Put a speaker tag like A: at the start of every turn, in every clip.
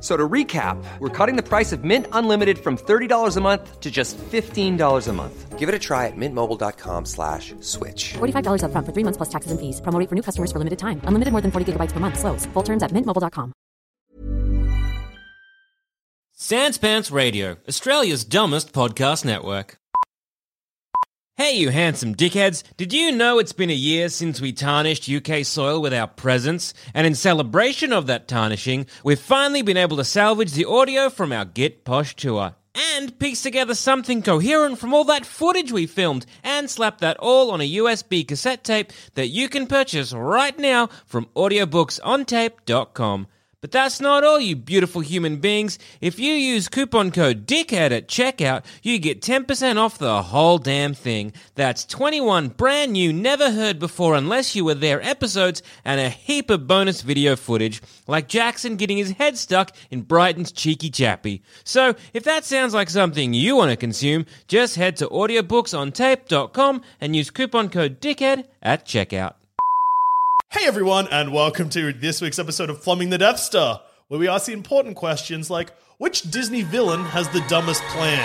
A: So to recap, we're cutting the price of Mint Unlimited from $30 a month to just $15 a month. Give it a try at mintmobile.com slash switch.
B: $45 upfront for three months plus taxes and fees. Promo rate for new customers for limited time. Unlimited more than 40 gigabytes per month. Slows. Full terms at mintmobile.com.
C: Sans Pants Radio, Australia's dumbest podcast network. Hey, you handsome dickheads. Did you know it's been a year since we tarnished UK soil with our presence? And in celebration of that tarnishing, we've finally been able to salvage the audio from our Git Posh tour. And piece together something coherent from all that footage we filmed and slap that all on a USB cassette tape that you can purchase right now from audiobooksontape.com. But that's not all, you beautiful human beings. If you use coupon code DICKHEAD at checkout, you get 10% off the whole damn thing. That's 21 brand new, never heard before unless you were there episodes and a heap of bonus video footage, like Jackson getting his head stuck in Brighton's cheeky chappy. So, if that sounds like something you want to consume, just head to audiobooksontape.com and use coupon code DICKHEAD at checkout.
D: Hey everyone, and welcome to this week's episode of Plumbing the Death Star, where we ask the important questions like which Disney villain has the dumbest plan?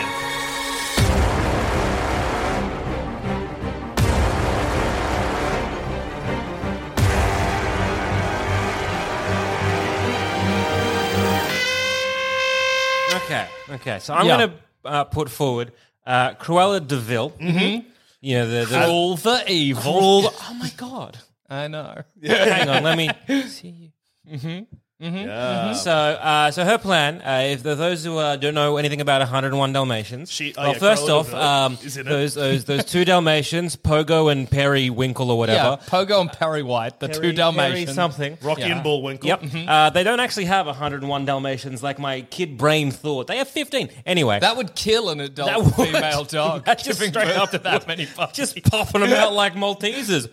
C: Okay, okay. So I'm
E: Yeah.
C: going to uh, put forward uh, Cruella de Vil. Mm-hmm. You know, the, the
E: All the evil.
C: cruel. Oh my god!
E: I know. Mm-hmm.
C: Hang on, let me see you.
D: Yeah.
C: So, uh, so her plan. Uh, if the, those who uh, don't know anything about 101 Dalmatians,
D: She- oh
C: well,
D: yeah,
C: first
D: Cruella de
C: off,
D: Vil
C: um,
D: is in it.
C: those those those two Dalmatians, Pogo and Perry Winkle or
E: Yeah,
C: whatever,
E: Pogo and Perry White, the
C: Perry-
E: two Dalmatians.
C: Perry something.
D: Rocky
E: Yeah. Mm-hmm.
D: and Bullwinkle.
C: Yep. Uh, they don't actually have 101 Dalmatians like my kid brain thought. They have 15. Anyway,
E: That would kill an adult
C: would.
E: female dog.
C: That just
E: giving
C: straight
E: birth
C: up
E: to
C: would.
E: that many puppies.
C: just popping them out like Maltesers.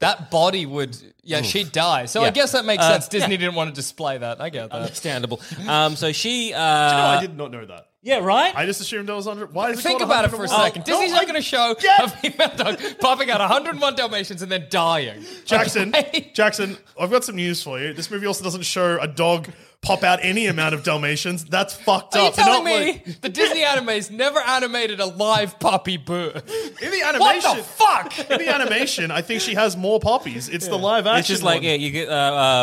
E: That body would. Yeah, she'd die. So
C: Yeah.
E: I guess that makes
C: Uh,
E: sense. Disney didn't want to display that. I get that.
C: Understandable. Um, so she,
D: No,
C: uh,
D: I did not know that.
C: yeah, right.
D: I just assumed I was under. Why is it
E: Think
D: called
E: about it for a
D: 101?
E: second.
D: No,
E: Disney's
D: I-
E: not going to show
D: Yeah.
E: a female dog popping out 101 Dalmatians and then dying.
D: Jackson,
E: Okay?
D: Jackson, I've got some news for you. This movie also doesn't show a dog pop out any amount of Dalmatians. That's fucked
E: Are you
D: up. They're
E: telling
D: not
E: me
D: like-
E: the Disney animes never animated a live puppy birth?
D: in the
E: What
D: animation?
E: the fuck?
D: In the animation, I think she has more puppies. It's the live action.
C: It's just like
D: one.
C: yeah, you get uh,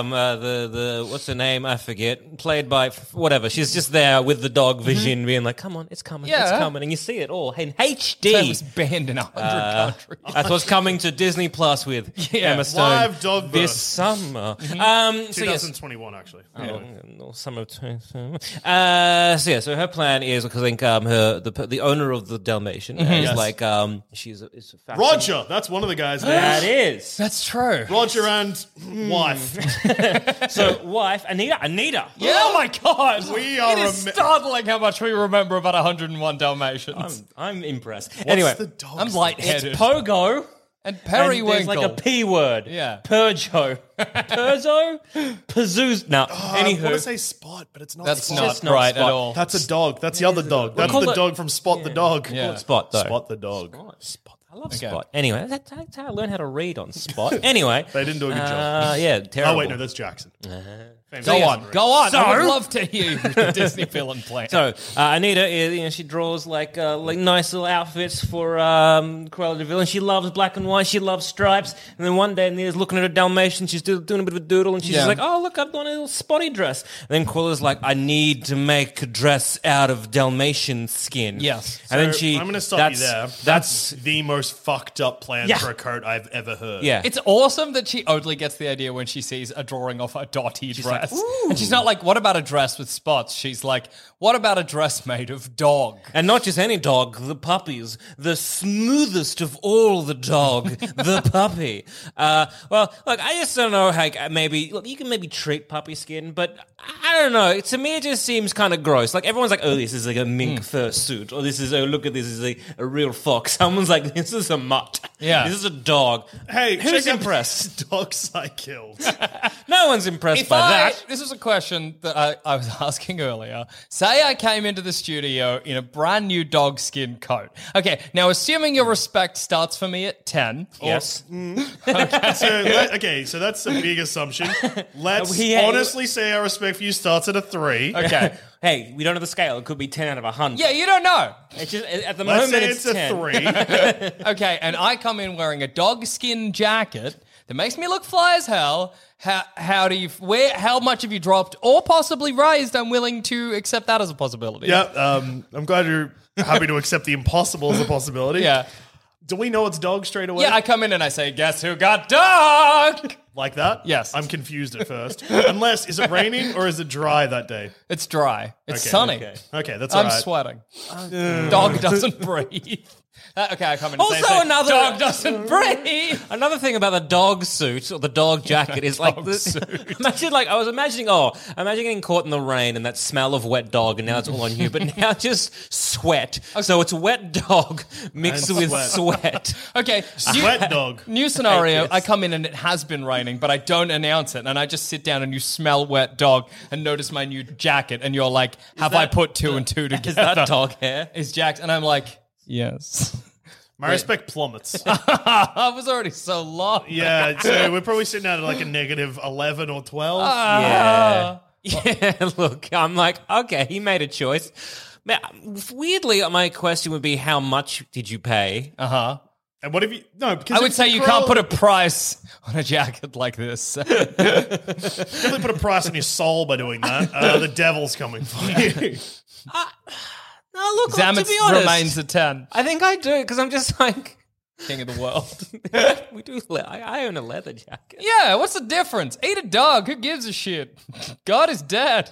C: um, uh, the the what's her name? I forget. Played by f- whatever. She's just there with the dog vision, being like, "Come on, it's coming, it's
E: Yeah.
C: coming," and you see it all in
E: That was
C: HD.
E: banned in 100 countries.
C: That's what's coming to Disney Plus with
E: Yeah,
C: Emma Stone
D: live dog
C: this
D: birth.
C: summer. Um, so yes,
D: 2021, actually.
E: Oh.
C: or some of two- uh, so yeah, so her plan is because I think um, her the the owner of the Dalmatian uh, is
D: Yes.
C: like um, she's a, is a fashion-
D: Roger, that's one of the guys.
C: That
D: names.
C: is
E: That's true.
D: Roger and wife.
C: so wife Anita Anita.
E: Yeah. Oh my god!
D: We are
E: It is
D: ama-
E: startling how much we remember about 101 Dalmatians.
C: I'm, I'm impressed. anyway,
D: What's the dog's
E: I'm
D: name?
E: lightheaded.
C: it's Pogo.
E: and
C: and
E: Perry
C: there's like a P word.
E: Yeah.
C: Perjo. Perzo? Pazooz. No.
D: Oh, I want
C: Anywho.
D: to say Spot, but it's not.
E: That's
D: Spot.
E: not
C: just not
E: right
C: Spot.
E: at all.
D: That's a dog. That's the other dog. That's
C: Call
D: the
C: it-
D: dog from Spot the dog.
E: Yeah.
C: Spot, though.
D: Spot the dog.
C: Spot. I love
E: Okay.
C: Spot. Anyway, that's how- that's how I learned how to read on Spot. Anyway.
D: They didn't do a good job.
C: Uh, yeah, terrible.
D: Oh wait, no, that's Jackson. Famous
E: Go
D: Yes.
E: on, go on. I would
C: So-
E: love to hear the Disney villain plan.
C: So uh, Anita, is, you know, she draws like uh, like nice little outfits for um, Cruella de Vil, and she loves black and white. She loves stripes. And then one day Anita's looking at her Dalmatian. She's do- doing a bit of a doodle, and she's
E: Yeah.
C: like, "Oh, look, I've done a little spotty dress." And then Cruella's like, "I need to make a dress out of Dalmatian skin."
E: Yes.
C: And then
D: So,
C: she.
D: I'm going to stop you
C: that's-
D: there.
C: That's.
D: the most fucked up plan
C: Yeah.
D: for a coat I've ever heard.
C: yeah.
E: It's awesome that she only gets the idea when she sees a drawing of a dotty dress.
C: like,
E: and she's not like, what about a dress with spots? She's like, what about a dress made of dog?
C: and not just any dog, the puppies, the smoothest of all the dog, the puppy. Uh, well, look, I just don't know. Like, uh, maybe look, you can maybe treat puppy skin, but I I don't know. To me, it just seems kind of gross. Like everyone's like, "Oh, this is like a mink fur suit," or "This is oh, look at this is a, a real fox." Someone's like, "This is a mutt."
E: Yeah.
C: this is a dog.
D: Hey,
C: who's
D: check out
C: impressed?
D: these Dogs I killed.
C: No one's impressed
E: If
C: by
E: I,
C: that.
E: This is a question that I, I was asking earlier. Say I came into the studio in a brand new dog skin coat. Okay, now assuming your respect starts for me at 10.
C: Yes.
D: so Uh, let, okay, so that's a big assumption. Let's
C: He- he-
D: honestly say our respect for you starts at a three.
E: Okay.
C: Hey, we don't know the scale. It could be ten out of hundred.
E: yeah, you don't know.
C: It's just, at the
D: Let's
C: moment
D: say it's,
C: it's,
D: a
C: 10.
D: three.
E: Okay, and I come in wearing a dog skin jacket that makes me look fly as hell. How, how do you where how much have you dropped or possibly raised? I'm willing to accept that as a possibility.
D: yep. Um, I'm glad you're happy to accept the impossible as a possibility.
E: Yeah.
D: Do we know it's dog straight away?
E: Yeah, I come in and I say, guess who got dog?
D: like that.
E: Yes.
D: I'm confused at first. Unless is it raining or is it dry that day?
E: It's dry. It's
D: Okay,
E: sunny.
D: okay. Okay, that's
E: I'm
D: alright.
E: sweating. Dog doesn't breathe. Uh, okay, I come in and say,
C: Also
E: say,
C: another-
E: dog doesn't breathe.
C: Another thing about the dog suit or the dog jacket is like the, imagine like I was imagining oh imagine getting caught in the rain and that smell of wet dog and now it's all on you but now just sweat so it's wet dog mixed
D: And
C: with
D: sweat.
C: sweat
E: Okay, you-
D: Wet dog.
E: New scenario,
C: Yes.
E: I come in and it has been raining, but I don't announce it. And I just sit down and you smell wet dog and notice my new jacket. And you're like, have I put two and two together?
C: is that dog hair
E: Is Jack's? And I'm like, yes.
D: My respect plummets.
E: I was already so long.
D: yeah. So we're probably sitting out at like a negative eleven or twelve.
E: Ah.
C: yeah yeah look I'm like okay he made a choice now, weirdly my question would be how much did you pay
D: and what if you? No, because
E: I would
D: if
E: say you
D: grow-
E: can't put a price on a jacket like this.
D: definitely put a price on your soul by doing that. Uh, the devil's coming for you.
C: no look to
E: Zamet
C: be honest
E: remains a 10.
C: I think I do because I'm just like.
E: King of the world.
C: we do. Le- I, I own a leather jacket.
E: Yeah, what's the difference? Eat a dog. Who gives a shit? God is dead.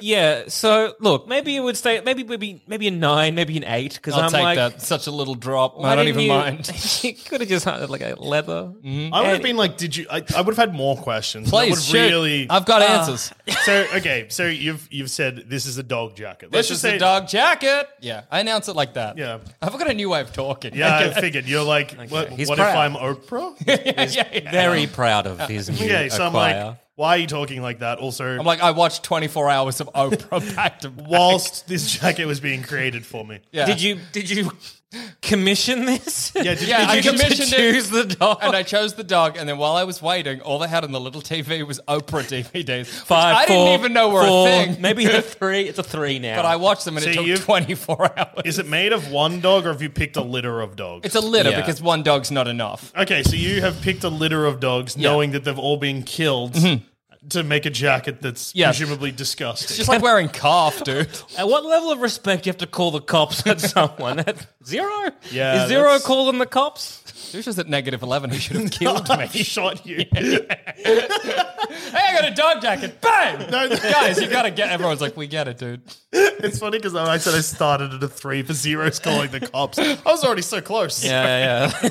C: Yeah. So look, maybe it would stay. Maybe maybe maybe a nine, maybe an eight. Because
E: I'll
C: I'm
E: take
C: like,
E: that. Such a little drop.
C: why
E: I don't
C: didn't
E: even
C: you-
E: mind.
C: you could have just had like a leather.
D: I would have been like, did you? I, I would have had more questions. and I
E: Please,
D: would
E: shoot.
D: really.
E: I've got answers.
D: so okay, so you've you've said this is a dog jacket. Let's
E: This
D: just
E: is
D: say
E: the dog jacket. Yeah, I announce it like that.
D: Yeah.
E: I've got a new way of talking.
D: Yeah, I figured you're like, what,
C: He's
D: what if
C: proud.
D: I'm Oprah?
E: yeah, yeah.
C: Very proud of his new
D: okay, so I'm
C: acquire.
D: like, why are you talking like that? Also,
E: I'm like, I watched 24 hours of Oprah back to back.
D: whilst this jacket was being created for me.
E: Yeah.
C: did you did you commission this?
D: Yeah, did,
E: Yeah,
D: did
E: I
D: you just-
E: commissioned it.
C: Choose the dog.
E: And I chose the dog, and then while I was waiting, all they had on the little TV was Oprah DVDs. which
C: Five,
E: I
C: four,
E: didn't even know were
C: four,
E: a thing.
C: Maybe a three. It's a three now.
E: But I watched them, and
D: So
E: it took
D: you've-
E: 24 hours.
D: Is it made of one dog or have you picked a litter of dogs?
E: It's a litter
C: Yeah.
E: because one dog's not enough.
D: okay, so you have picked a litter of dogs knowing that they've all been killed to make a jacket that's
E: Yeah.
D: presumably disgusting.
E: It's just like wearing calf, dude.
C: At what level of respect do you have to call the cops at someone? At zero?
D: Yeah,
C: Is zero
D: that's-
C: calling the cops?
E: Who's just at negative 11? He should have killed me.
D: he shot you.
E: hey, I got a dog jacket. Bang! Guys, you gotta get. Everyone's like, we get it, dude.
D: It's funny because I said I started at a three for zeros calling the cops. I was already so close.
C: Yeah, yeah.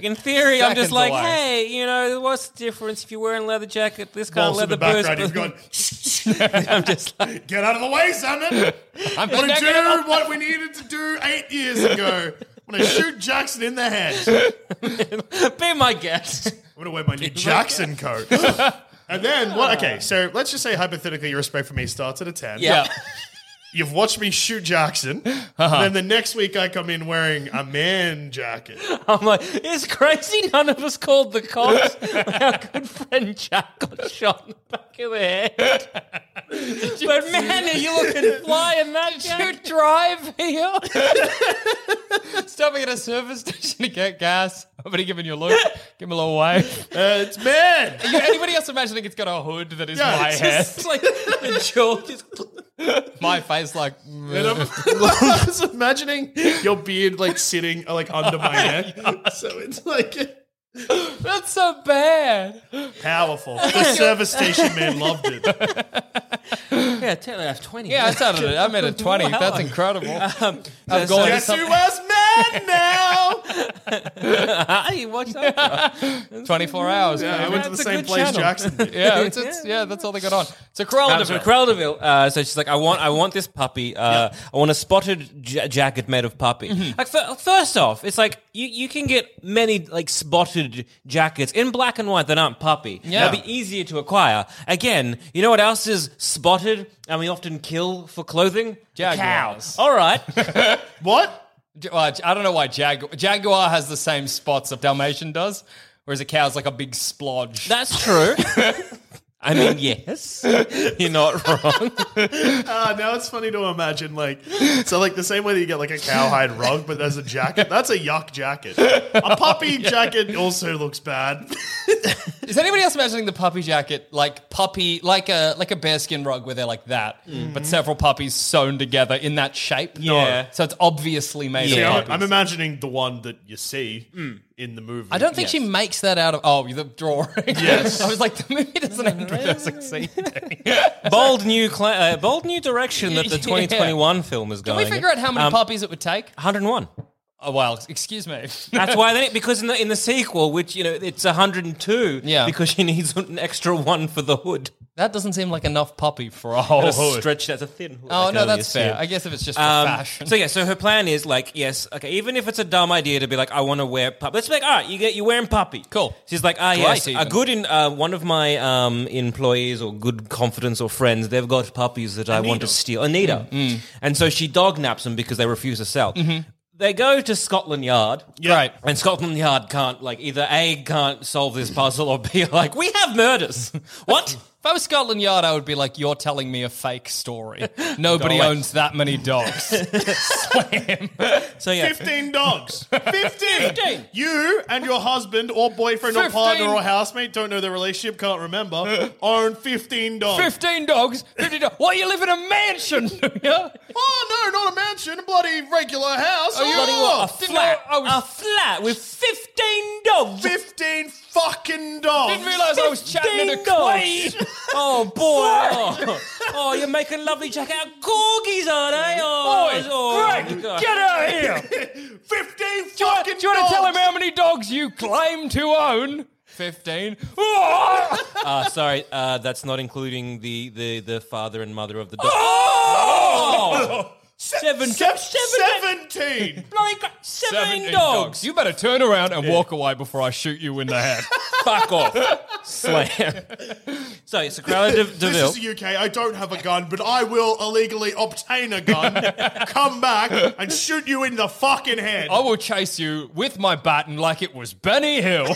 C: In theory, I'm
E: Seconds
C: just like,
E: away.
C: hey, you know, what's the difference if you're wearing a leather jacket, this kind
D: Whilst
C: of
D: in
C: leather
D: the
C: boots?
D: background, you've gone,
C: I'm just like,
D: get out of the way, Simon.
E: I'm
D: Want to
E: negative
D: do what we needed to do eight years ago. I'm going to shoot Jackson in the head. I'm
C: be my guest.
D: going to wear my new Jackson coat. And then, what? Okay, so let's just say hypothetically, your respect for me starts at a 10.
C: Yeah.
D: You've watched me shoot Jackson. And then the next week I come in wearing a man jacket.
C: I'm like, it's crazy none of us called the cops. Our good friend Jack got shot in the back of the head. but man, are you looking fly in that
E: You
C: jacket?
E: drive here. Stopping at a service station to get gas. I'm gonna give him your look. Give him a little wave.
D: Uh, it's man.
E: Are you, anybody else imagining it's got a hood that is
D: Yeah,
E: my
D: it's
E: hair?
C: It's like the jaw just.
E: my face, like mm.
D: And I'm, I was imagining your beard like sitting uh, like under my hair. So it's like
E: that's so bad.
D: powerful. The service station man loved it.
C: Yeah, 10 out of 20.
E: Yeah, I started it. I'm at a twenty.
C: Wow. Um,
E: That's incredible.
C: I've
E: gone-
D: Guess who was man now?
C: you watch that?
E: Twenty-four hours.
D: Yeah, I
E: baby.
D: went to the
C: That's a
D: same
C: good
D: place
C: channel.
D: Jackson did.
E: Yeah, it's, it's, yeah, that's all they got on. So Cruella
C: Um,
E: de
C: so
E: Vil.
C: Cruella de Vil, uh, so she's like, I want, I want this puppy. Uh, I want a spotted ja jacket made of puppy.
E: Mm-hmm.
C: Like, fir- first off, it's like you, you can get many like spotted jackets in black and white that aren't puppy.
E: Yeah.
C: they'll be easier to acquire. Again, you know what else is spotted and we often kill for clothing?
E: Jaguars.
C: Cows. All right,
D: What?
E: J- well, I don't know why Jag- Jaguar has the same spots that Dalmatian does, whereas a cow's like a big splodge.
C: that's true. I mean, yes, you're not wrong.
D: Ah, now it's funny to imagine like so like the same way that you get like a cowhide rug, but there's a jacket. That's a yuck jacket. A puppy jacket also looks bad.
E: Is anybody else imagining the puppy jacket like puppy, like a like a bearskin rug where they're like that,
D: Mm.
E: but several puppies sewn together in that shape?
C: Yeah.
E: So it's obviously made
C: Yeah.
E: of
D: I'm,
E: puppies.
D: I'm imagining the one that you see in the movie.
E: I don't think she makes that out of oh the drawing.
D: Yes.
E: I was like the movie doesn't end with her succeeding.
C: bold new, cla uh, bold new direction that the 2021 film is
E: Can
C: going.
E: we figure out how many
C: Um,
E: puppies it would take?
C: 101.
E: Oh well, excuse me.
C: That's why then, because in the in the sequel, which you know, it's 102.
E: Yeah.
C: Because she needs an extra one for the hood.
E: that doesn't seem like enough puppy for a whole
C: Gotta
E: hood.
C: Stretch that's a thin hood. I
E: Oh
C: can
E: no,
C: only
E: that's fair.
C: assume.
E: I guess if it's just for
C: Um,
E: fashion.
C: so yeah, so her plan is like, yes, okay, even if it's a dumb idea to be like, I want to wear puppy. Let's be like, all right, you get you wearing puppy.
E: Cool.
C: She's like, ah,
E: Twice
C: yes, a
E: even.
C: good in uh, one of my um, employees or good confidence or friends. They've got puppies that I want to steal. Anita,
E: Mm.
C: and so she dog naps them because they refuse to sell.
E: Mm-hmm.
C: They go to Scotland Yard.
E: Right.
C: And Scotland Yard can't like either A can't solve this puzzle or B like we have murders. What?
E: If I was Scotland Yard, I would be like, "You're telling me a fake story. Nobody
C: Dollar.
E: owns that many dogs." Slam.
C: So yeah,
D: Fifteen dogs. Fifteen.
C: 15.
D: You and your husband or boyfriend or partner
E: 15.
D: or housemate don't know their relationship, can't remember. Own fifteen dogs.
E: Fifteen dogs. Fifty dogs. Why you live in a mansion? do ya?
D: Oh no, not a mansion, a bloody regular house. Oh,
C: bloody what? A
E: Didn't know
C: flat,
E: I was-
C: a flat with fifteen dogs.
D: Fifteen fucking dogs.
E: Didn't realise I was chatting to a
C: 15 dogs.
E: queen.
C: Oh boy! Oh, oh, you're making lovely jacket out corgis, are they? Oh,
E: Boy,
C: oh,
E: Greg,
C: God.
E: get out of here.
D: Fifteen
E: Do you, want,
D: fucking
E: do you want
D: dogs.
E: to tell him how many dogs you claim to own? Fifteen. Oh!
C: Uh, sorry, uh, that's not including the, the, the father and mother of the dog. Oh!
E: Oh!
C: Seven,
D: Se-
C: seven,
D: Seventeen.
C: bloody crap, seven, dogs.
E: You better turn around and walk away before I shoot you in the head.
C: Fuck off. Slam. So it's a Cruella de, de Vil.
D: This is the UK. I don't have a gun, but I will illegally obtain a gun, come back, and shoot you in the fucking head.
E: I will chase you with my baton like it was Benny Hill,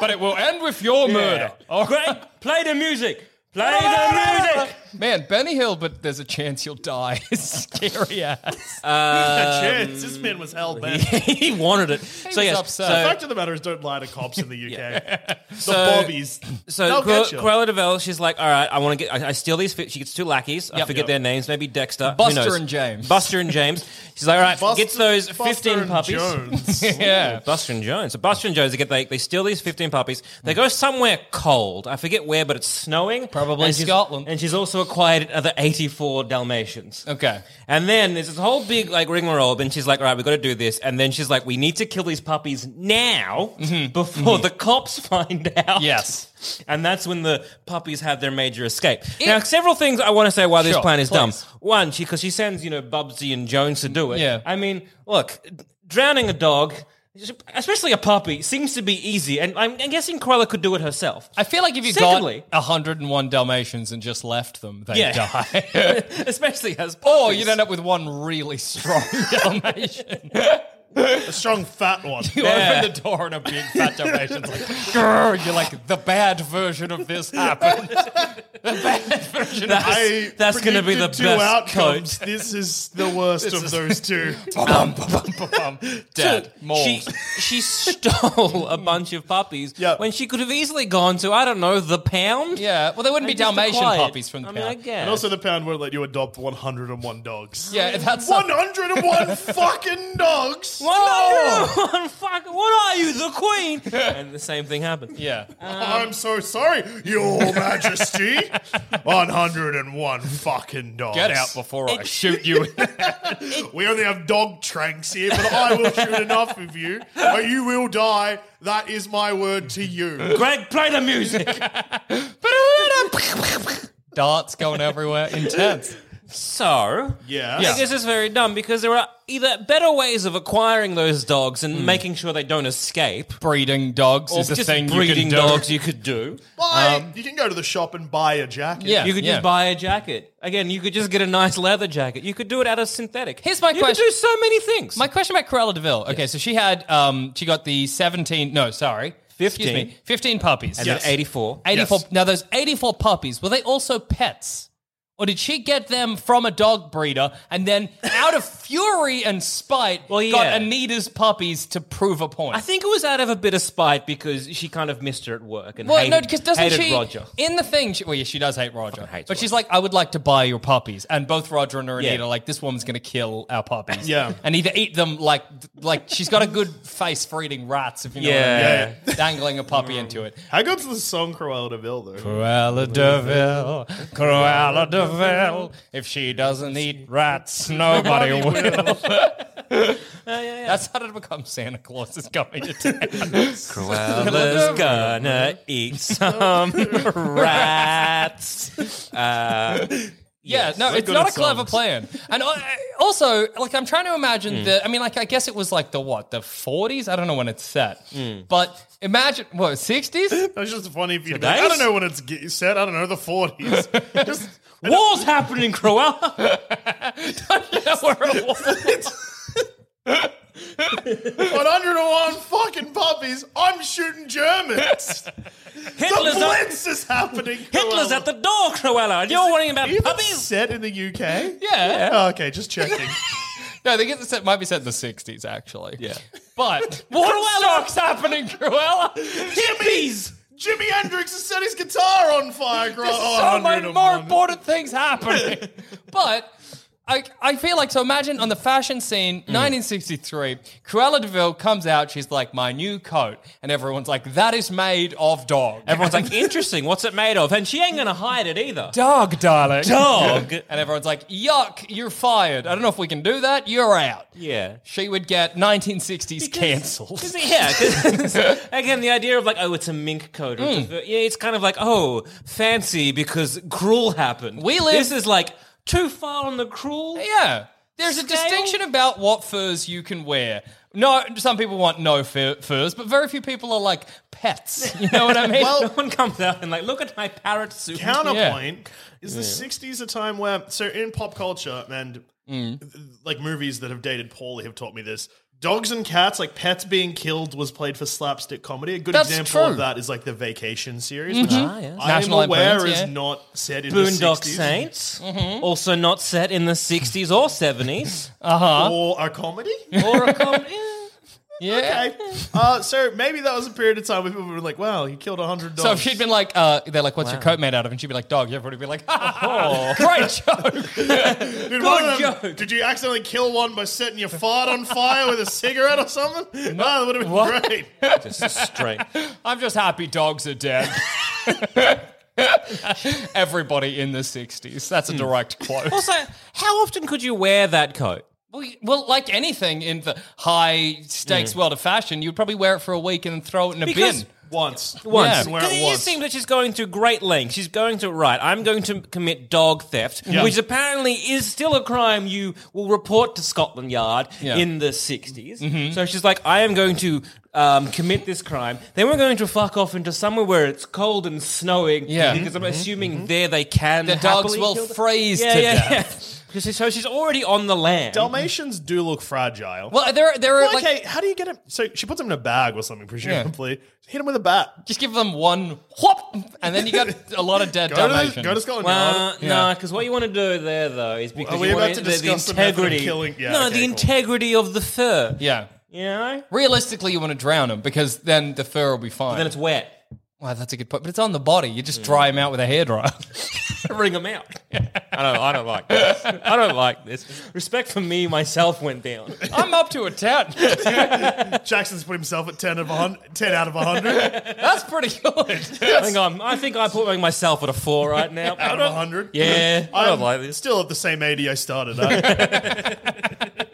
E: but it will end with your murder. Oh,
C: Greg, play the music. Play the music.
E: Man, Benny Hill, but there's a chance you'll die. It's scary ass.
C: Um,
D: a chance. This man was hell bent.
C: he wanted it. so
E: was
C: yes,
E: upset.
C: so-
D: The fact of the matter is, don't lie to cops in the UK. The bobbies.
C: So
D: They'll
C: Cru-
D: get you.
C: Cruella de Vil, she's like, all right, I want to get, I, I steal these. Fi-. She gets two lackeys. I
E: Yep.
C: forget
E: Yep.
C: their names. Maybe Dexter, Who
E: Buster
C: knows?
E: and James.
C: Buster and James. She's like, all right,
D: Buster-
C: gets those
D: Buster
C: fifteen
D: and
C: puppies.
D: Jones.
E: yeah.
C: Buster and Jones. So Buster and Jones, they get they, they steal these fifteen puppies. They
E: Hmm.
C: go somewhere cold. I forget where, but it's snowing.
E: Probably
C: And she's-
E: Scotland.
C: And she's also acquired other eighty-four Dalmatians.
E: Okay.
C: And then there's this whole big like rigmarole, and she's like, "All right, we got to do this." And then she's like, "We need to kill these puppies now before the cops find out."
E: Mm-hmm. Yes.
C: and that's when the puppies have their major escape. now, several things I want to say why this
E: Sure,
C: plan is dumb.
E: please.
C: One, she because she sends you know Bubsy and Jones to do it.
E: Yeah.
C: I mean, look, drowning a dog. especially a puppy, seems to be easy. And I'm, I'm guessing Cruella could do it herself.
E: I feel like if you
C: Secondly-
E: got 101 Dalmatians and just left them, they
C: Yeah.
E: die.
C: especially as puppies.
E: or you'd end up with one really strong Dalmatian.
D: A strong fat one.
E: You open the door and a big fat Dalmatian's like, "Grr," and you're like, the bad version of this happened.
D: I
C: that's gonna be the
D: predicted two
C: best
D: outcomes. This is the worst of those two.
E: Bum, bum, bum, bum. Dead. Mauled.
C: She she stole a bunch of puppies
D: Yeah.
C: when she could have easily gone to I don't know the pound.
E: yeah, well, they wouldn't be
C: Just the
E: Dalmatian
C: quiet.
E: puppies from the
C: I mean, I
E: pound.
C: guess.
D: And also, the pound won't let you adopt 101 dogs.
E: yeah, that's not-
D: 101 fucking dogs!
C: One hundred and one, fuck, what are you, the queen? and the same thing happened.
E: Yeah.
D: Oh,
C: Oh.
D: I'm so sorry, Your Majesty. 101 fucking dogs.
E: Get out before I shoot you.
D: We only have dog tranks here, but I will shoot enough of you, or you will die. That is my word to you.
C: Greg, play the music.
E: Darts going everywhere. Intense.
C: So,
D: Yeah.
C: I guess it's very dumb because there are either better ways of acquiring those dogs and making sure they don't escape,
E: Breeding dogs
C: or
E: is a
C: just
E: thing you
C: breeding
E: can do.
C: dogs you could do.
D: Buy- you can go to the shop and buy a jacket.
E: Um, Yeah.
C: You could just buy a jacket. Again, you could just get a nice leather jacket. You could do it out of synthetic.
E: Here's my
C: you
E: question.
C: could do so many things.
E: My question about Corella Deville. Okay, so she had, um, she got the 17, no, sorry. Excuse
C: 15.
E: me. 15 puppies.
C: and
D: Yes.
C: then 84.
E: 84.
D: Yes.
E: Now, those 84 puppies, were they also pets? Or did she get them from a dog breeder and then, out of fury and spite,
C: Well, yeah.
E: got Anita's puppies to prove a point?
C: I think it was out of a bit of spite because she kind of missed her at work and
E: Well,
C: hated,
E: no, because doesn't
C: hated
E: she
C: Roger.
E: in the thing? She, well, yeah, she does hate Roger,
C: Fucking hates
E: but she's
C: Roger.
E: like, "I would like to buy your puppies," and both Roger and Anita
C: Yeah.
E: are like, "This woman's gonna kill our puppies."
D: Yeah.
E: and either eat them like like she's got a good face for eating rats, if you know what I
C: Yeah.
E: mean. Dangling a puppy into it.
D: How good's the song Cruella de Vil, though?
E: Cruella Deville, Cruella Deville. If she doesn't eat rats, nobody will. That's how to become Santa Claus is coming to town.
C: Cruella's gonna eat some rats.
E: Uh, Yeah, no, it's
D: good
E: not a
D: at
E: clever
D: songs.
E: plan. And uh, also, like, I'm trying to imagine the. I mean, like, I guess it was like the what, the 40s? I don't know when it's set. But imagine, what, 60s?
D: That's just funny if you.
C: Today's-
D: I don't know when it's get- set. I don't know the forties. just
C: War's happening, Cruella.
D: one hundred and one fucking puppies. I'm shooting Germans. the
C: Hitler's, at,
D: Blitz is happening.
C: Hitler's at the door, Cruella. And you're worrying about
D: Is it
C: puppies.
D: set in the UK.
E: Yeah.
D: Oh, okay, just checking.
E: No, they get the set, might be set in the 60s, actually.
C: Yeah.
E: But.
C: Cruella.
E: Stock's happening, Cruella?
C: Hippies.
D: Jimmy Hendrix has set his guitar on fire. Gro- oh,
E: so many
D: 101.
E: more important things happening. but I, I feel like so. Imagine on the fashion scene,
C: Mm.
E: 1963. Cruella Deville comes out. She's like, "My new coat," and everyone's like, "That is made of dog."
C: Everyone's like, interesting. What's it made of? And she ain't gonna hide it either.
E: "Dog, darling,
C: Dog.
E: and everyone's like, "Yuck, you're fired." I don't know if we can do that. You're out.
C: Yeah.
E: She would get 1960s cancelled.
C: Cause, yeah, 'cause- again, the idea of like, oh, it's a mink coat. or it's a- yeah, it's kind of like, oh, fancy because cruel happened.
E: We live-
C: This is like too far on the cruel.
E: Yeah. There's a
C: Scale?
E: distinction about what furs you can wear. No, some people want no fur, furs, but very few people are like pets. You know what I mean?
C: no one comes out and like, look at my parrot suit.
D: Counterpoint is the '60s a time where so in pop culture and
E: Mm.
D: like movies that have dated poorly have taught me this. Dogs and cats, like pets being killed, was played for slapstick comedy. A good
E: That's
D: example
E: true. Mm-hmm. Ah,
D: of that is like the Vacation series, which I
E: National
D: am aware
E: Lampoon's,
D: is
E: yeah.
D: not set in
C: Boondock
D: the 60s
C: Saints, also not set in the 60s or 70s,
D: or a comedy.
C: or a comedy.
E: yeah.
D: Okay. Uh, so maybe that was a period of time where people were like, "Wow, you killed a hundred dogs."
E: So if she'd been like, uh, they're like, what's your coat made out of? And she'd be like, dog. Everybody would be like, oh, great joke.
D: Did one of
C: Good
D: them- Did you accidentally kill one by setting your fart on fire with a cigarette or something? No, that would have been great.
C: Straight.
E: I'm just happy dogs are dead. Everybody in the 60s. That's a direct
C: Hmm.
E: quote.
C: Also, how often could you wear that coat?
E: Well, y- well, like anything in the high stakes world of fashion, you'd probably wear it for a week and then throw it in a
C: Because
E: bin.
D: Once.
C: Once.
D: I swear
C: Because
D: it
C: it
D: once.
C: just seems that she's going to great lengths. She's going to right. I'm going to commit dog theft,
D: Yeah.
C: which apparently is still a crime you will report to Scotland Yard
E: Yeah. Mm-hmm.
C: in the 60s. So she's like, I am going to um, commit this crime. Then we're going to fuck off into somewhere where it's cold and snowing.
E: Yeah. Mm-hmm.
C: Because I'm assuming there they can.
E: The dogs
C: happily
E: will
C: kill the-
E: freeze
C: Yeah,
E: to
C: yeah,
E: death.
C: yeah. 'Cause she- So she's already on the land.
D: Dalmatians do look fragile.
E: Well, there, are- there are
D: Well,
E: like
D: okay, how do you get him? So she puts him in a bag or something, presumably. Hit him with a bat.
E: just give them one whop, and then you got a lot of dead
D: Go
E: Dalmatians.
D: to, the, go to Scotland
C: Well,
D: Yard.
C: no,
E: Yeah.
C: because Uh, what you want to do there though is because
D: we
C: you
D: about
C: want
D: to
C: the, the
D: discuss the method of
C: integrity.
D: killing? Yeah,
C: no,
D: okay,
C: the
D: cool.
C: integrity of the fur.
E: yeah.
C: You know?
E: Realistically, you want to drown them because then the fur will be fine.
C: Then it's wet.
E: Wow, that's a good point. But it's on the body. You just dry them out with a hairdryer.
C: Bring them out. I don't. I don't like this. I don't like this. Respect for me myself went down.
E: I'm up to a 10.
D: Jackson's put himself at 10, of a hun- 10 out of 100.
E: That's pretty good.
C: I think I'm. I think I put myself at a four right now. I
D: out
C: don't-
D: of 100.
C: Yeah, I don't
D: I'm
C: like this.
D: Still at the same 80 I started at.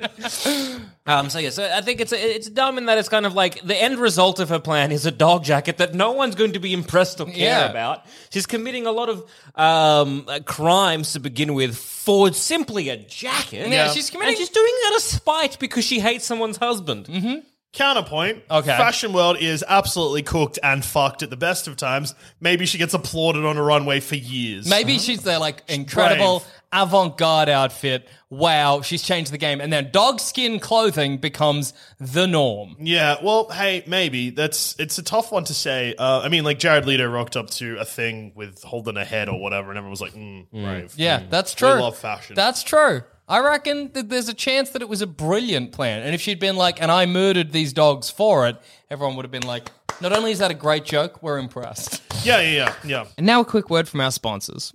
C: Um. So yeah. So I think it's it's dumb in that it's kind of like the end result of her plan is a dog jacket that no one's going to be impressed or care
E: Yeah.
C: about. She's committing a lot of um uh, crimes to begin with for simply a jacket.
E: Yeah, she's committing- Mm-hmm.
C: And she's doing it out of spite because she hates someone's husband.
D: Counterpoint.
E: Okay.
D: Fashion world is absolutely cooked and fucked at the best of times. Maybe she gets applauded on a runway for years.
E: Maybe she's their like incredible
D: brave.
E: avant garde outfit. Wow, she's changed the game. And then dog skin clothing becomes the norm.
D: Yeah, well, hey, maybe that's it's a tough one to say. Uh, I mean, like Jared Leto rocked up to a thing with holding a head or whatever, and everyone was like, mm, "Brave."
E: Yeah, that's
D: We
E: true.
D: love fashion.
E: That's true. I reckon that there's a chance that it was a brilliant plan. And if she'd been like, and I murdered these dogs for it, everyone would have been like, not only is that a great joke, we're impressed.
D: yeah, yeah, yeah, yeah.
E: And now a quick word from our sponsors.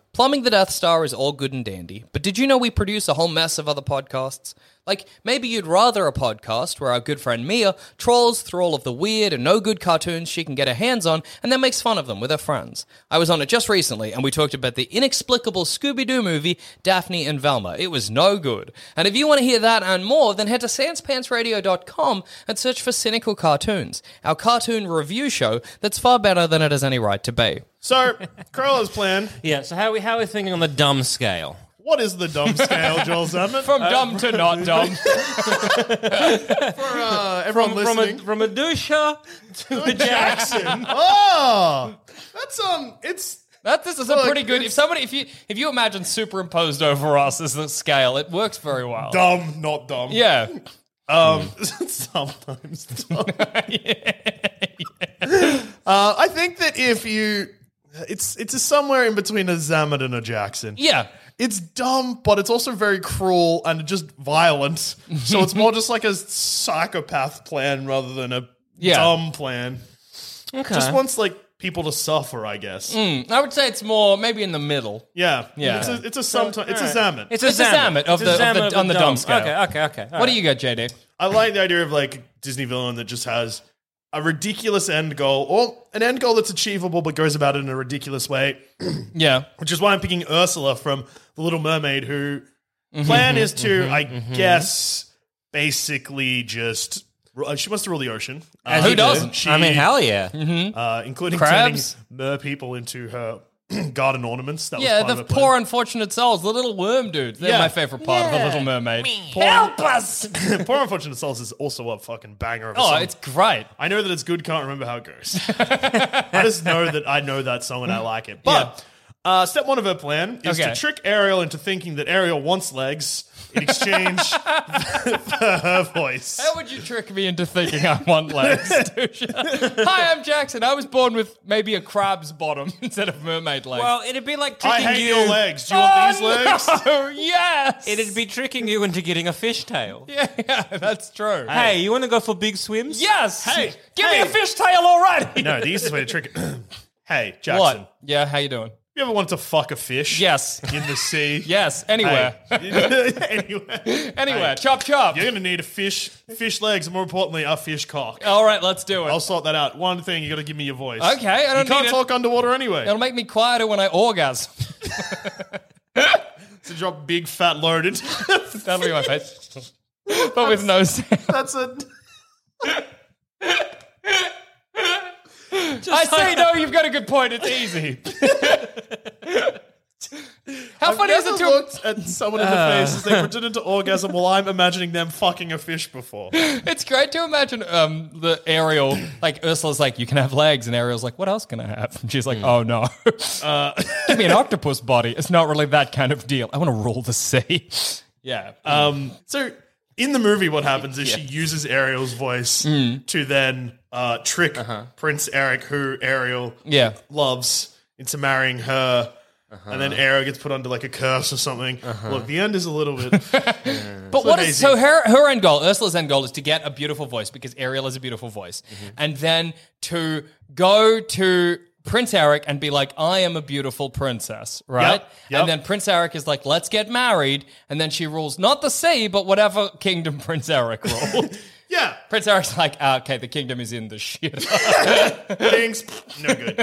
E: plumbing the Death Star is all good and dandy, but did you know we produce a whole mess of other podcasts? Like, maybe you'd rather a podcast where our good friend Mia trolls through all of the weird and no good cartoons she can get her hands on and then makes fun of them with her friends. I was on it just recently and we talked about the inexplicable Scooby Doo movie, Daphne and Velma. It was no good. And if you want to hear that and more, then head to sanspantsradio.com and search for Cynical Cartoons, our cartoon review show that's far better than it has any right to be.
D: So, Carla's plan.
C: Yeah. So how are we how are we thinking on the dumb scale?
D: What is the dumb scale, Joel Zaman?
E: From dumb to not dumb.
D: uh,
C: From
D: everyone
C: a
D: listening,
C: from a uh, doucher to a jack.
D: Jackson. oh, that's um, it's
E: That this is a pretty good. If somebody, if you, if you imagine superimposed over us as the scale, it works very well.
D: dumb, not dumb.
E: Yeah,
D: Um, sometimes dumb. Uh, I think that if you, it's it's a somewhere in between a Zamet and a Jackson.
E: Yeah.
D: It's dumb, but it's also very cruel and just violent. So it's more just like a psychopath plan rather than a
E: Yeah.
D: dumb plan.
C: Okay.
D: Just wants like people to suffer, I guess.
E: I would say it's more maybe in the middle.
D: Yeah,
E: Mm. Yeah.
D: It's a it's a sometime it's a Zamet.
C: It's
E: It's a Zamet
C: It's
E: of
C: a
E: the- of
C: Zamet
E: the- on the dumb scale.
C: Okay, okay, okay.
E: what do you got, JD?
D: I like the idea of like Disney villain that just has a ridiculous end goal or an end goal that's achievable but goes about it in a ridiculous way.
E: Yeah.
D: which is why I'm picking Ursula from The Little Mermaid, who
E: Mm-hmm,
D: plan is to, I guess, basically just uh, she wants to rule the ocean. Uh,
E: Who
C: you do.
E: doesn't?
D: She,
C: I mean, hell yeah.
D: uh, including
E: Crabs.
D: turning mer people into her garden ornaments. That
E: Yeah,
D: was part
E: the
D: of her
E: poor unfortunate souls, the little worm dudes. They're
D: Yeah.
E: my favorite part of The Little Mermaid.
D: Help us! poor unfortunate souls is also a fucking banger. Of a
E: Oh,
D: song.
E: it's great.
D: I know that it's good, can't remember how it goes. I just know that I know that song and I like it. But uh, step one of her plan is
E: Okay.
D: to trick Ariel into thinking that Ariel wants legs in exchange for her voice.
E: How would you trick me into thinking I want legs, Dusha? Hi, I'm Jackson. I was born with maybe a crab's bottom instead of mermaid legs.
C: Well, it'd be like
D: I
C: tricking
D: hate
C: you.
D: your legs. Do you want these legs?
E: Oh, no, yes.
C: It'd be tricking you into getting a fishtail.
E: Yeah, yeah, that's true.
C: Hey, you want to go for big swims?
E: Yes.
D: Hey,
E: give
D: hey.
E: me a fishtail already.
D: No, the easiest way to trick it. hey, Jackson.
E: What? Yeah, how you doing?
D: You ever wanted to fuck a fish?
E: Yes.
D: In the sea?
E: Yes, anywhere.
D: Hey. anyway.
E: Anywhere. Chop, chop.
D: You're going to need a fish, fish legs, and more importantly, a fish cock.
E: All right, let's do it.
D: I'll sort that out. One thing, you got to give me your voice.
E: Oh. Okay, I don't
D: You can't
E: need it.
D: talk underwater anyway.
E: It'll make me quieter when I orgasm.
D: to drop big fat loaded.
E: That'll be my face. but with no sound.
D: That's a
E: I say no, you've got a good point. It's easy. How funny is
D: never
E: it to Ah.
D: looked at someone in the face as they pretended to orgasm while I'm imagining them fucking a fish before.
E: It's great to imagine um, the Ariel, like Ursula's like, you can have legs. And Ariel's like, what else can I have? And she's like, oh no. Give me an octopus body. It's not really that kind of deal. I want to rule the sea. Uh, yeah.
D: Um, so in the movie, what happens is she uses Ariel's voice
E: Hmm.
D: to then uh, trick
E: Uh-huh.
D: Prince Eric, who Ariel
E: yeah.
D: loves, into marrying her. And
E: Uh-huh.
D: then Ariel gets put under like a curse or something. Look, the end is a little bit.
E: But what is
D: amazing.
E: so her her end goal, Ursula's end goal is to get a beautiful voice because Ariel has a beautiful voice. And then to go to Prince Eric and be like, I am a beautiful princess, right?
D: Yep, yep.
E: And then Prince Eric is like, let's get married. And then she rules not the sea, but whatever kingdom Prince Eric ruled.
D: yeah,
E: Prince Eric's like, ah, okay, the kingdom is in the shit.
D: things no good.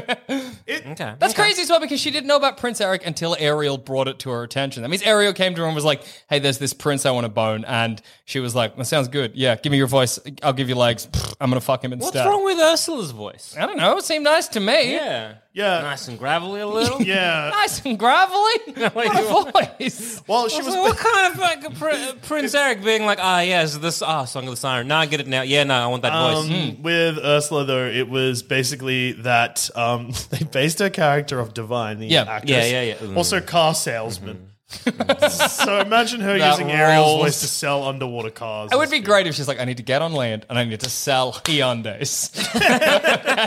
C: Okay.
E: That's crazy as well because she didn't know about Prince Eric until Ariel brought it to her attention. That means Ariel came to her and was like, "Hey, there's this prince I want to bone," and she was like, "That sounds good. Yeah, give me your voice. I'll give you legs. Pfft, I'm gonna fuck him
C: What's
E: instead."
C: wrong with Ursula's voice?
E: I don't know. It seemed nice to me.
C: Yeah.
D: Yeah.
C: Nice and gravelly a little.
D: Yeah.
E: Nice and gravelly. what a voice.
D: Well, she
C: So
D: was.
C: what kind of like a pr- Prince Eric being like, ah, yes, this ah song of the siren. Nah, I get it now. Yeah, no, I want that voice.
E: Um, Mm-hmm.
C: Mm.
D: Mm-hmm. With Ursula, though, it was basically that um, they based her character off Divine, the
E: Yeah. Mm-hmm.
D: actress.
C: Yeah, yeah, yeah. Mm.
D: Also, car salesman. so imagine her
E: That
D: using Ariel's
E: rules.
D: voice to sell underwater cars.
E: It would be great if she's like, "I need to get on land and I need to sell Hyundai's.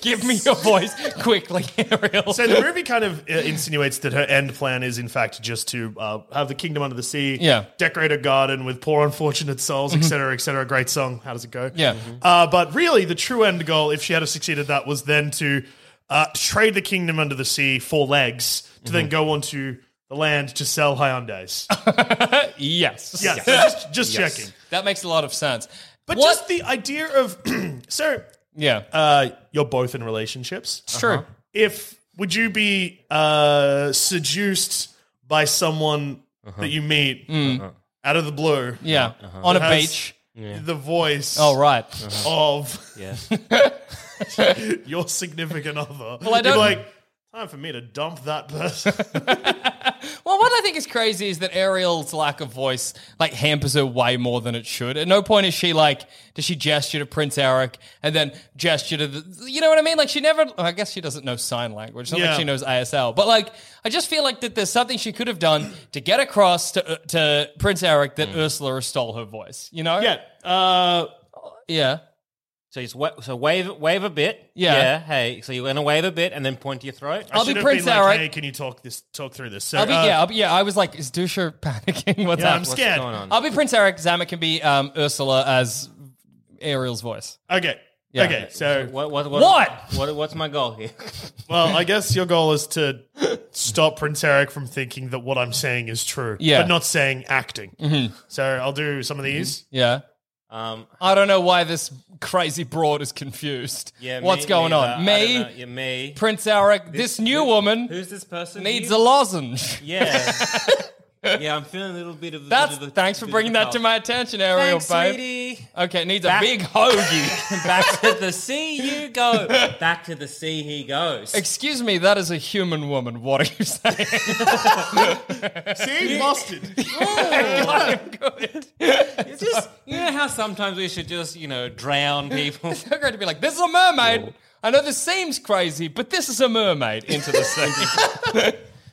E: give me your voice quickly, Ariel."
D: So the movie kind of uh, insinuates that her end plan is, in fact, just to uh, have the kingdom under the sea,
E: Yeah. Mm-hmm.
D: decorate a garden with poor unfortunate souls, etc., etc. Great song. How does it go?
E: Yeah. Mhm.
D: Uh, but really, the true end goal, if she had have succeeded, that was then to uh, trade the kingdom under the sea for legs to
E: Mm-hmm.
D: then go onto the land to sell Hyundai's.
E: yes.
D: yes, just, just checking.
E: That makes a lot of sense.
D: But
E: What-
D: just the idea of so
E: yeah.
D: uh, you're both in relationships.
E: It's true.
D: if would you be uh, seduced by someone that you meet out of the blue?
E: Uh-huh. Mm. Yeah. On a
D: Has Uh-huh.
E: beach.
D: The voice
E: Oh, right.
D: of your significant other. Well,
E: I
D: You'd
E: don't-
D: be like, time for me to dump that person.
E: Well, what I think is crazy is that Ariel's lack of voice like hampers her way more than it should. At no point is she like, does she gesture to Prince Eric and then gesture to the, you know what I mean? Like she never, I guess she doesn't know sign language. Not
D: Yeah.
E: like she knows ASL, but like I just feel like that there's something she could have done to get across to uh, to Prince Eric that Ursula stole her voice. You know?
D: yeah. Uh,
E: Yeah.
C: So you just wa- so wave wave a bit.
E: Yeah.
C: Yeah. Hey. So you're gonna wave a bit and then point to your throat.
D: I
E: I'll be
D: should have
E: Prince
D: been like,
E: Eric.
D: Hey, can you talk this talk through this? So,
E: I'll be,
D: uh,
E: yeah, I'll be, yeah. I was like, is Dusha panicking? What's
D: Yeah,
E: up?
D: I'm
E: What's-
D: scared.
C: going on?
E: I'll be Prince Eric. Zamet can be um, Ursula as Ariel's voice.
D: Okay.
E: Yeah.
D: Okay. So,
C: What what what,
E: What?
C: what what's my goal here?
D: well, I guess your goal is to stop Prince Eric from thinking that what I'm saying is true,
E: Yeah. Mm-hmm.
D: but not saying acting. So I'll do some of these.
E: Yeah.
C: Um.
E: I don't know why this crazy broad is confused.
C: Yeah. me-
E: What's going
C: me, uh,
E: on?
C: I
E: Me,
C: don't know. Yeah, me.
E: Prince Eric, this, new
C: who-
E: woman
C: Who's this person?
E: needs
C: here?
E: a lozenge.
C: Yeah. yeah. I'm feeling a little bit of.
E: That's
C: bit of the,
E: thanks for
C: bit of
E: bringing
C: the
E: that to
C: cough.
E: my attention, Ariel,
C: Thanks,
E: babe.
C: sweetie.
E: Okay, needs
C: Back-
E: a big hoagie.
C: Back to the sea you go. Back to the sea he goes.
E: Excuse me, that is a human woman. What are you saying?
D: See, lost it.
E: I'm good.
C: It's just you know how sometimes we should just you know drown people.
E: They're going to be like, this is a mermaid. I know this seems crazy, but this is a mermaid into the sea.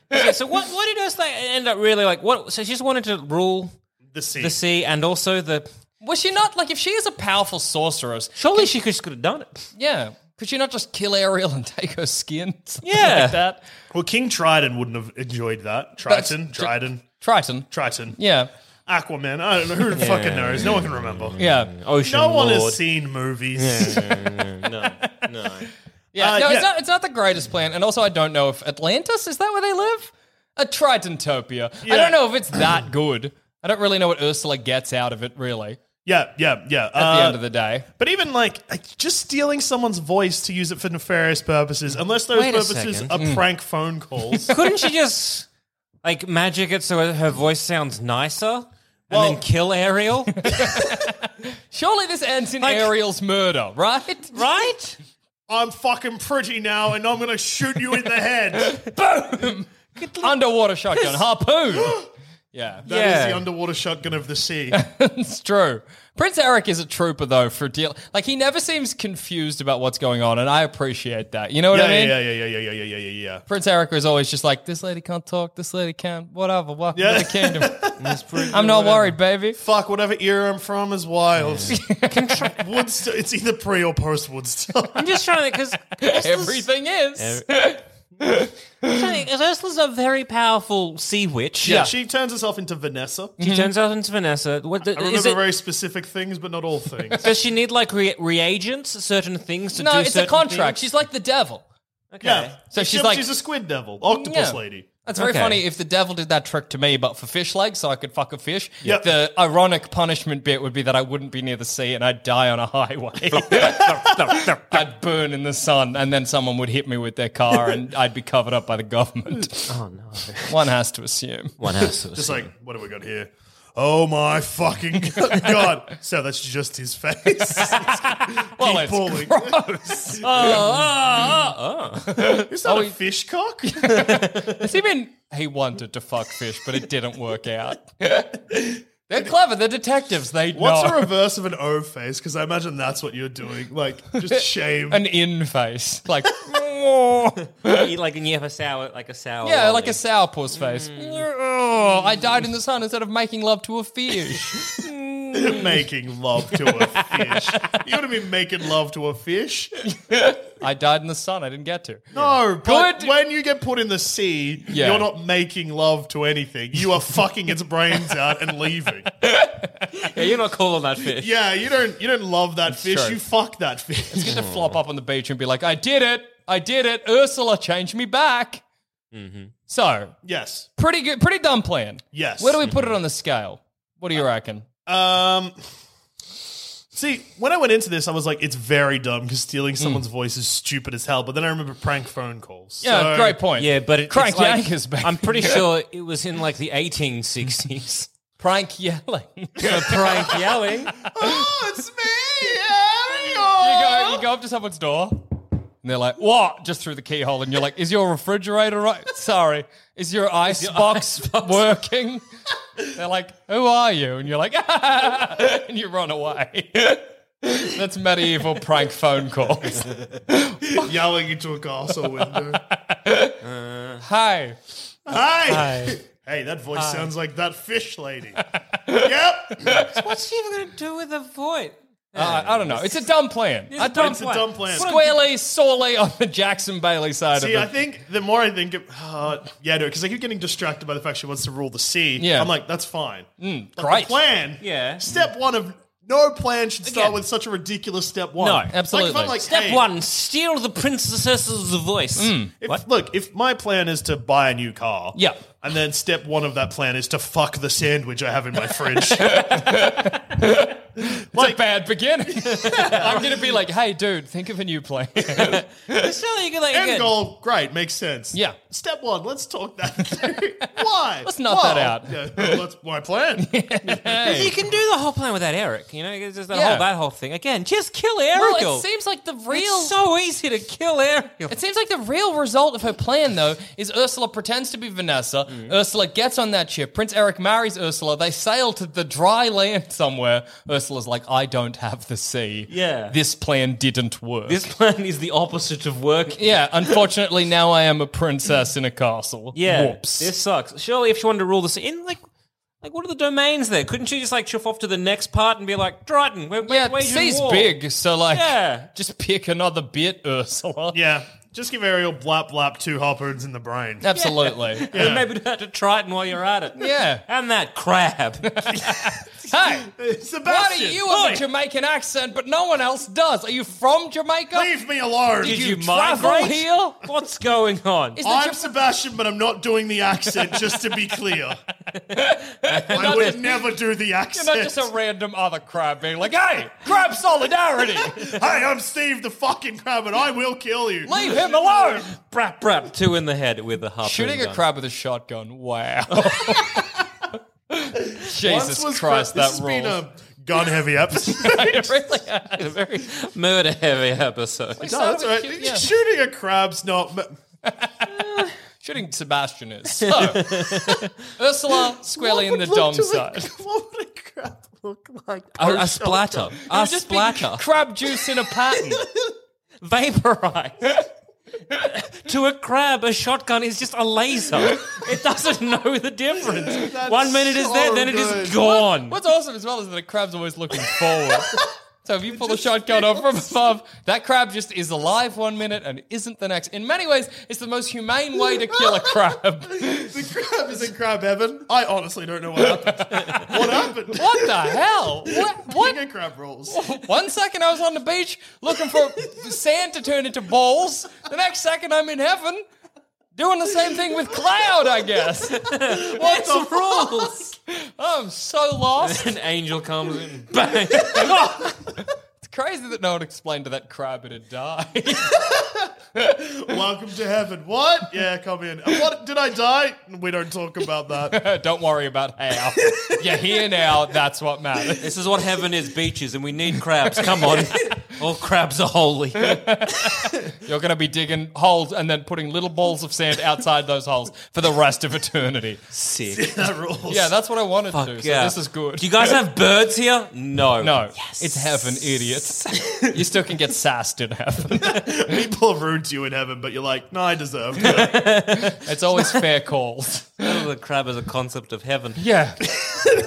C: yeah, so what what did Ursula end up really like? What so she just wanted to rule
D: The sea.
C: the sea and also the.
E: Was she not, like, if she is a powerful sorceress,
C: Surely she could, just could have done it.
E: yeah, could she not just kill Ariel and take her skin? Something
C: Yeah.
E: Like that?
D: Well, King Triton wouldn't have enjoyed that.
E: That's-
D: Triton, Dryden,
E: Triton.
D: Triton,
E: Yeah,
D: Aquaman. I don't know who fucking knows. No one can remember.
E: yeah.
C: Mm, Ocean
D: No one
C: Lord.
D: has seen movies.
C: No, Mm, no.
E: Yeah,
D: Uh,
E: no,
D: yeah.
E: It's, not, it's not the greatest plan. And also, I don't know if Atlantis is that where they live? A Tritantopia. I
D: Yeah.
E: don't know if it's that good. I don't really know what Ursula gets out of it, really,
D: yeah, yeah, yeah. Uh,
E: at the end of the day.
D: But even like like, just stealing someone's voice to use it for nefarious purposes, unless those
C: Wait a
D: purposes
C: second.
D: are
E: Mm.
D: prank phone calls.
C: Couldn't she just like magic it so her voice sounds nicer?
D: Well-
C: and then kill Ariel,
E: Surely this ends in
C: Like-
E: Ariel's murder, right?
C: right?
D: I'm fucking pretty now, and I'm gonna shoot you in the head. That
E: Underwater shotgun, harpoon. yeah,
D: is
C: Yeah.
D: the underwater shotgun of the sea.
E: that's true. Prince Eric is a trooper, though, for deal. Like, he never seems confused about what's going on, and I appreciate that. You know what
D: yeah,
E: I mean?
D: yeah, yeah, yeah, yeah, yeah, yeah, yeah, yeah, yeah.
E: Prince Eric was always just like, this lady can't talk, this lady can, whatever, welcome
D: Yeah.
E: to the kingdom. I'm not worried, baby.
D: Fuck, whatever era I'm from is wild. Woodstock, it's either pre or post Woodstock.
C: I'm just trying to because
E: Everything is.
C: Ursula's a very powerful sea witch.
D: Yeah, she turns herself into Vanessa.
C: she
E: Mm-hmm.
C: turns out into Vanessa. What the,
D: I
C: is
D: remember
C: it?
D: very specific things, but not all things.
C: Does she need like re- reagents, certain things to do?
E: no, it's a
C: certain
E: contract.
C: things?
E: She's like the devil.
D: Yeah.
E: So she's
D: Except
E: like-
D: she's a squid devil, octopus
E: Yeah.
D: lady.
E: That's very
C: Okay.
E: funny if the devil did that trick to me, but for fish legs, so I could fuck a fish.
D: Yep.
E: The ironic punishment bit would be that I wouldn't be near the sea and I'd die on a highway. I'd burn in the sun, and then someone would hit me with their car and I'd be covered up by the government.
C: Oh no!
E: One has to assume.
C: One has to
D: Just like, what do we got here? Oh my fucking god! So that's just his face.
E: Well,
D: Keep
E: it's
D: pulling.
E: gross. oh, oh, oh.
D: Is that
E: Oh,
D: a
E: he-
D: fish cock?
E: Has he been? He wanted to fuck fish, but it didn't work out. They're clever. They're detectives. They
D: What's
E: know.
D: the reverse of an O face? Because I imagine that's what you're doing. Like, just shame.
E: an in face, like
C: Eat like and you have a sour, like a sour.
E: yeah,
D: Oh,
C: lolly.
E: like a sourpuss face.
D: Mm.
E: Oh, I died in the sun instead of making love to a fish.
D: making love to a fish. You want to be making love to a fish?
E: I died in the sun. I didn't get to.
D: No, but
E: Good.
D: when you get put in the sea,
E: Yeah.
D: you're not making love to anything. You are fucking its brains out and leaving.
C: Yeah, you're not calling that fish.
D: Yeah, you don't you don't love that fish.
E: true.
D: You fuck that fish.
E: Get to flop up on the beach and be like, I did it. I did it. Ursula changed me back. So
D: yes.
E: pretty good. Pretty dumb plan.
D: Mm-hmm. Yes. Mm-hmm. Uh,
E: Where do we put it on the scale? What do you reckon?
D: Um, see, when I went into this, I was like, it's very dumb because stealing
E: Hmm.
D: someone's voice is stupid as hell. But then I remember prank phone calls.
E: yeah,
D: So-
E: great point.
C: Yeah, but it,
E: crank
C: it's like,
E: yankers back.
C: I'm pretty sure it was in like the 1860s.
E: prank yelling.
C: The prank yelling.
D: Oh, it's me,
E: You
D: Ariel.
E: go, you go up to someone's door, and they're like, "What?" Just through the keyhole, and you're like, "Is your refrigerator right? Sorry, is your ice box working?" they're like, "Who are you?" And you're like, and you run away. That's medieval prank phone calls.
D: Yelling into a castle window.
E: Hi,
D: Hi. Hey, that voice sounds like that fish lady. yep.
C: What's she even going to do with a voice?
E: Uh, I don't know. It's a dumb plan.
C: a dumb
D: It's a dumb plan.
E: Squarely, sorely on the Jackson Bailey side
D: See,
E: of
D: I
E: it.
D: think the more I think, of, uh, yeah, no, because I keep getting distracted by the fact she wants to rule the sea.
E: Yeah.
D: I'm like, that's fine. Mm,
E: great.
D: plan.
C: Yeah.
D: Step one of no plan should start
C: Again.
D: with such a ridiculous step one.
C: No,
D: Like, if I'm
E: absolutely.
D: like,
C: Step
D: hey,
C: one: steal the princess's voice.
E: Mm.
D: If, Look, if my plan is to buy a new car,
E: Yeah.
D: and then step one of that plan is to fuck the sandwich I have in my fridge.
E: It's a bad beginning. I'm going to be like, hey, dude, think of a new plan.
C: It's not like you can, like,
D: End
C: again-
D: goal, great, makes sense.
E: Yeah.
D: Step one, let's talk that through. Why?
E: Let's knock
D: Why?
E: that out.
D: Yeah, well, that's my plan.
C: You can do the whole plan without Eric. You know, it's just that
E: Yeah.
C: whole that whole thing again. Just kill Eric.
E: well, it seems like the real.
C: It's so easy to kill Ariel.
E: It seems like the real result of her plan, though, is Ursula pretends to be Vanessa.
C: Mm-hmm.
E: Ursula gets on that ship. Prince Eric marries Ursula. They sail to the dry land somewhere. Ursula's like, I don't have the sea.
C: Yeah.
E: This plan didn't work.
C: This plan is the opposite of work.
E: yeah, unfortunately, now I am a princess in a castle.
C: Yeah,
E: Whoops.
C: this sucks. Surely, if she wanted to rule this in, like, like what are the domains there? Couldn't she just like shift off to the next part and be like, Triton, we're
E: yeah,
C: we're waging
E: sea's
C: war.
E: big, so like,
C: Yeah.
E: just pick another bit, Ursula.
D: yeah, just give Ariel blap blap two harpoons in the brain.
E: Absolutely.
C: And maybe do that to Triton while you're at it.
E: Yeah.
C: and that crab.
E: Hey,
D: Sebastian,
E: why do you have a Jamaican accent but no one else does? Are you from Jamaica?
D: leave me alone.
C: Did you,
E: you travel
C: migrate
E: here?
C: What's going on?
E: Is the
D: I'm
E: Jap-
D: Sebastian, but I'm not doing the accent, just to be clear. I would never do the accent.
E: You're not just a random other crab being like, hey, crab solidarity,
D: hey, I'm Steve the fucking crab, and I will kill you.
E: leave him alone.
C: brap brap two in the head with a harpoon.
E: Shooting a
C: gun.
E: crab with a shotgun, wow.
D: Once
E: Jesus
D: was
E: Christ,
D: crab-
E: that
D: this has been
E: rules.
D: a gun heavy episode.
E: It really has.
C: a very murder heavy episode.
D: no, that's all right.
E: Yeah.
D: Shooting a crab's not.
E: Shooting Sebastian is. So, Ursula squarely in the dom side.
D: what would a crab look like?
C: A, a splatter, a
E: Just be
C: splatter,
E: Crab juice in a pattern.
C: vaporize. to a crab, a shotgun is just a laser. It doesn't know the difference. One minute is
D: so
C: there, then it is
D: good.
C: gone.
E: What's awesome as well is that a crab's always looking forward. So if you pull a shotgun up from above, that crab just is alive one minute and isn't the next. In many ways, it's the most humane way to kill a crab.
D: The crab is in crab heaven. I honestly don't know what happened. what happened?
E: What the hell? What?
D: King
E: what?
D: of crab rolls.
E: One second I was on the beach looking for sand to turn into balls. The next second I'm in heaven doing the same thing with cloud, I guess. What's the rules? I'm so lost.
C: An angel comes in. Bang.
E: It's crazy that no one explained to that crab it had died.
D: Welcome to heaven. What? Yeah, come in. And What did I die? We don't talk about that.
E: Don't worry about how. You're here now. That's what matters.
C: This is what heaven is beaches, and we need crabs. Come on. All crabs are holy.
E: You're going to be digging holes and then putting little balls of sand outside those holes for the rest of eternity.
C: Sick.
D: that rules.
E: Yeah, that's what I wanted
C: Fuck
E: to do. So
C: yeah.
E: this is good.
C: Do you guys have birds here? No.
E: No, it's heaven, idiot. you still can get sassed in heaven.
D: People are rude to you in heaven, but you're like, no, I deserve it.
E: It's always fair calls.
C: The crab is a concept of heaven.
E: Yeah,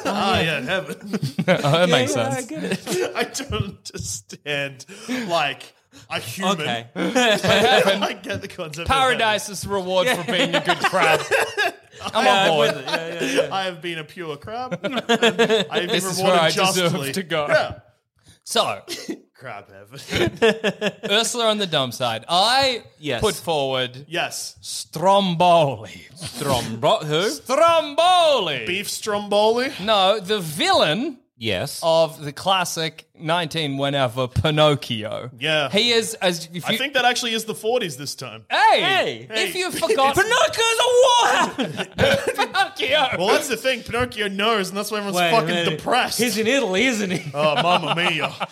D: ah, yeah, heaven.
E: Oh, that makes sense.
D: I don't understand. Like, a human.
C: Okay.
D: I get the concept. of
E: Paradise is the reward for being a good crab. I'm on board.
D: heaven. I have been a pure crab. I've been
E: This is where
D: rewarded
E: I
D: justly.
E: deserve to go.
D: Yeah.
E: So,
D: Crab heaven.
E: Ursula on the dumb side. I
C: Yes.
E: put forward
D: yes.
E: Stromboli.
C: Thrombo- who?
E: Stromboli.
D: Beef stromboli.
E: No, the villain
C: Yes.
E: of the classic 19 whenever Pinocchio.
D: Yeah.
E: He is as if you Eh.
D: I think that actually is the 40s this time.
C: Hey.
E: Hey, if you forgot
C: Pinocchio's a war.
E: Pinocchio.
D: Well, that's the thing. Pinocchio knows, and that's why everyone's fucking depressed.
C: He's in Italy, isn't he?
D: oh, mamma mia.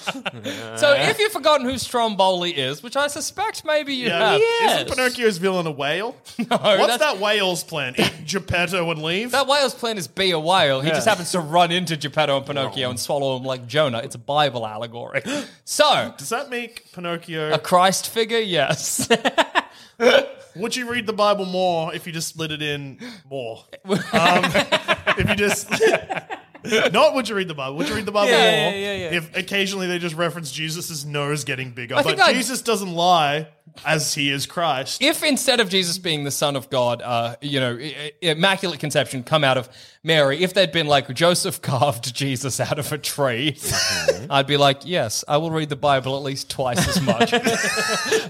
E: So if you've forgotten who Stromboli is, which I suspect maybe you
D: Yeah.
E: have.
D: Isn't Pinocchio's villain a whale? No.
E: that's-
D: What's that whale's plan? Eat Geppetto and leave?
E: That whale's plan is be a whale. He just happens to run into Geppetto and Pinocchio and swallow him like Jonah. It's a Bible allegory. So,
D: Does that make Pinocchio.
E: a Christ figure, yes.
D: Would you read the Bible more if you just split it in more? Um, if you just. Not would you read the Bible? Would you read the Bible?
C: Yeah,
D: or
C: yeah, yeah, yeah.
D: If occasionally they just reference Jesus' nose getting bigger,
E: I think
D: but
E: I-
D: Jesus doesn't lie as he is Christ.
E: if instead of Jesus being the Son of God, uh, you know, i- i- immaculate conception come out of Mary, if they'd been like Joseph carved Jesus out of a tree,
D: Mm-hmm.
E: I'd be like, yes, I will read the Bible at least twice as much.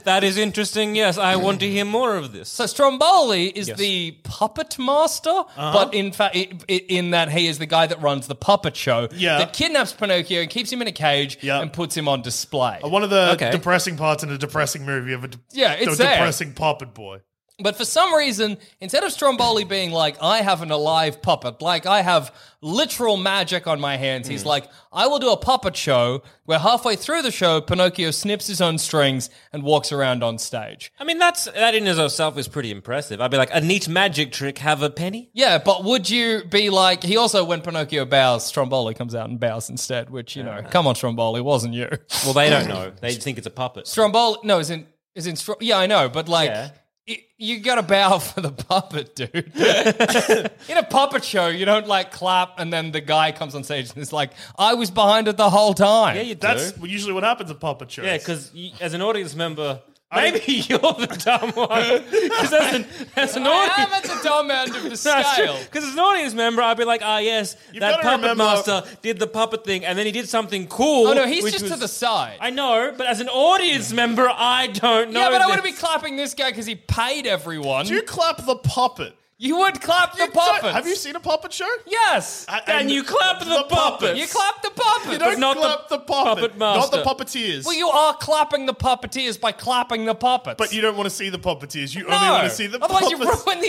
C: That is interesting. Yes, I want to hear more of this.
E: so Stromboli is the puppet master,
D: Uh-huh.
E: but in fact, i- i- in that he is the guy that runs the puppet show
D: Yeah.
E: that kidnaps Pinocchio and keeps him in a cage
D: Yeah.
E: and puts him on display.
D: One of the
C: Okay.
D: depressing parts in a depressing movie of a, de-
E: Yeah, it's
D: a
E: there.
D: depressing puppet boy.
E: But for some reason, instead of Stromboli being like, I have an alive puppet, like I have literal magic on my hands, he's like, I will do a puppet show where halfway through the show, Pinocchio snips his own strings and walks around on stage.
C: I mean, that's that in and of itself is pretty impressive. I'd be like, a neat magic trick. Have a penny.
E: Yeah, but would you be like, he also, when Pinocchio bows, Stromboli comes out and bows instead, which, you know, come on, Stromboli, wasn't you?
C: Well, they don't know. They think it's a puppet.
E: Stromboli, no, is in, is in, Stro- yeah, I know, but like,
C: Yeah.
E: y- you gotta bow for the puppet, dude. in a puppet show, you don't like clap and then the guy comes on stage and is like, I was behind it the whole time.
C: Yeah, you do.
D: That's usually what happens at puppet shows.
C: yeah, because as an audience member, maybe you're the dumb one. Because as an as an
E: I
C: audience.
E: am at the dumb end of the scale.
C: Because as an audience member, I'd be like, ah, yes, that
D: gotta
C: puppet
D: remember-
C: master did the puppet thing, and then he did something cool.
E: Oh no, he's
C: which
E: just to
C: was-
E: the side.
C: I know, but as an audience member, I don't know.
E: yeah, but I want to
C: this.
E: be clapping this guy because he paid everyone.
D: Do you clap the puppet?
E: you would clap the puppets.
D: Have you seen a puppet show?
E: Yes.
D: I-
C: And you clap the puppets.
E: you clap the puppets.
D: You don't
C: not the
D: clap the, puppet,
C: puppet
D: not the
C: master.
D: puppeteers.
E: well, you are clapping the puppeteers by clapping the puppets.
D: but you don't want to see the puppeteers. You
E: no.
D: only want to see the
E: Otherwise,
D: puppets.
E: you ruin the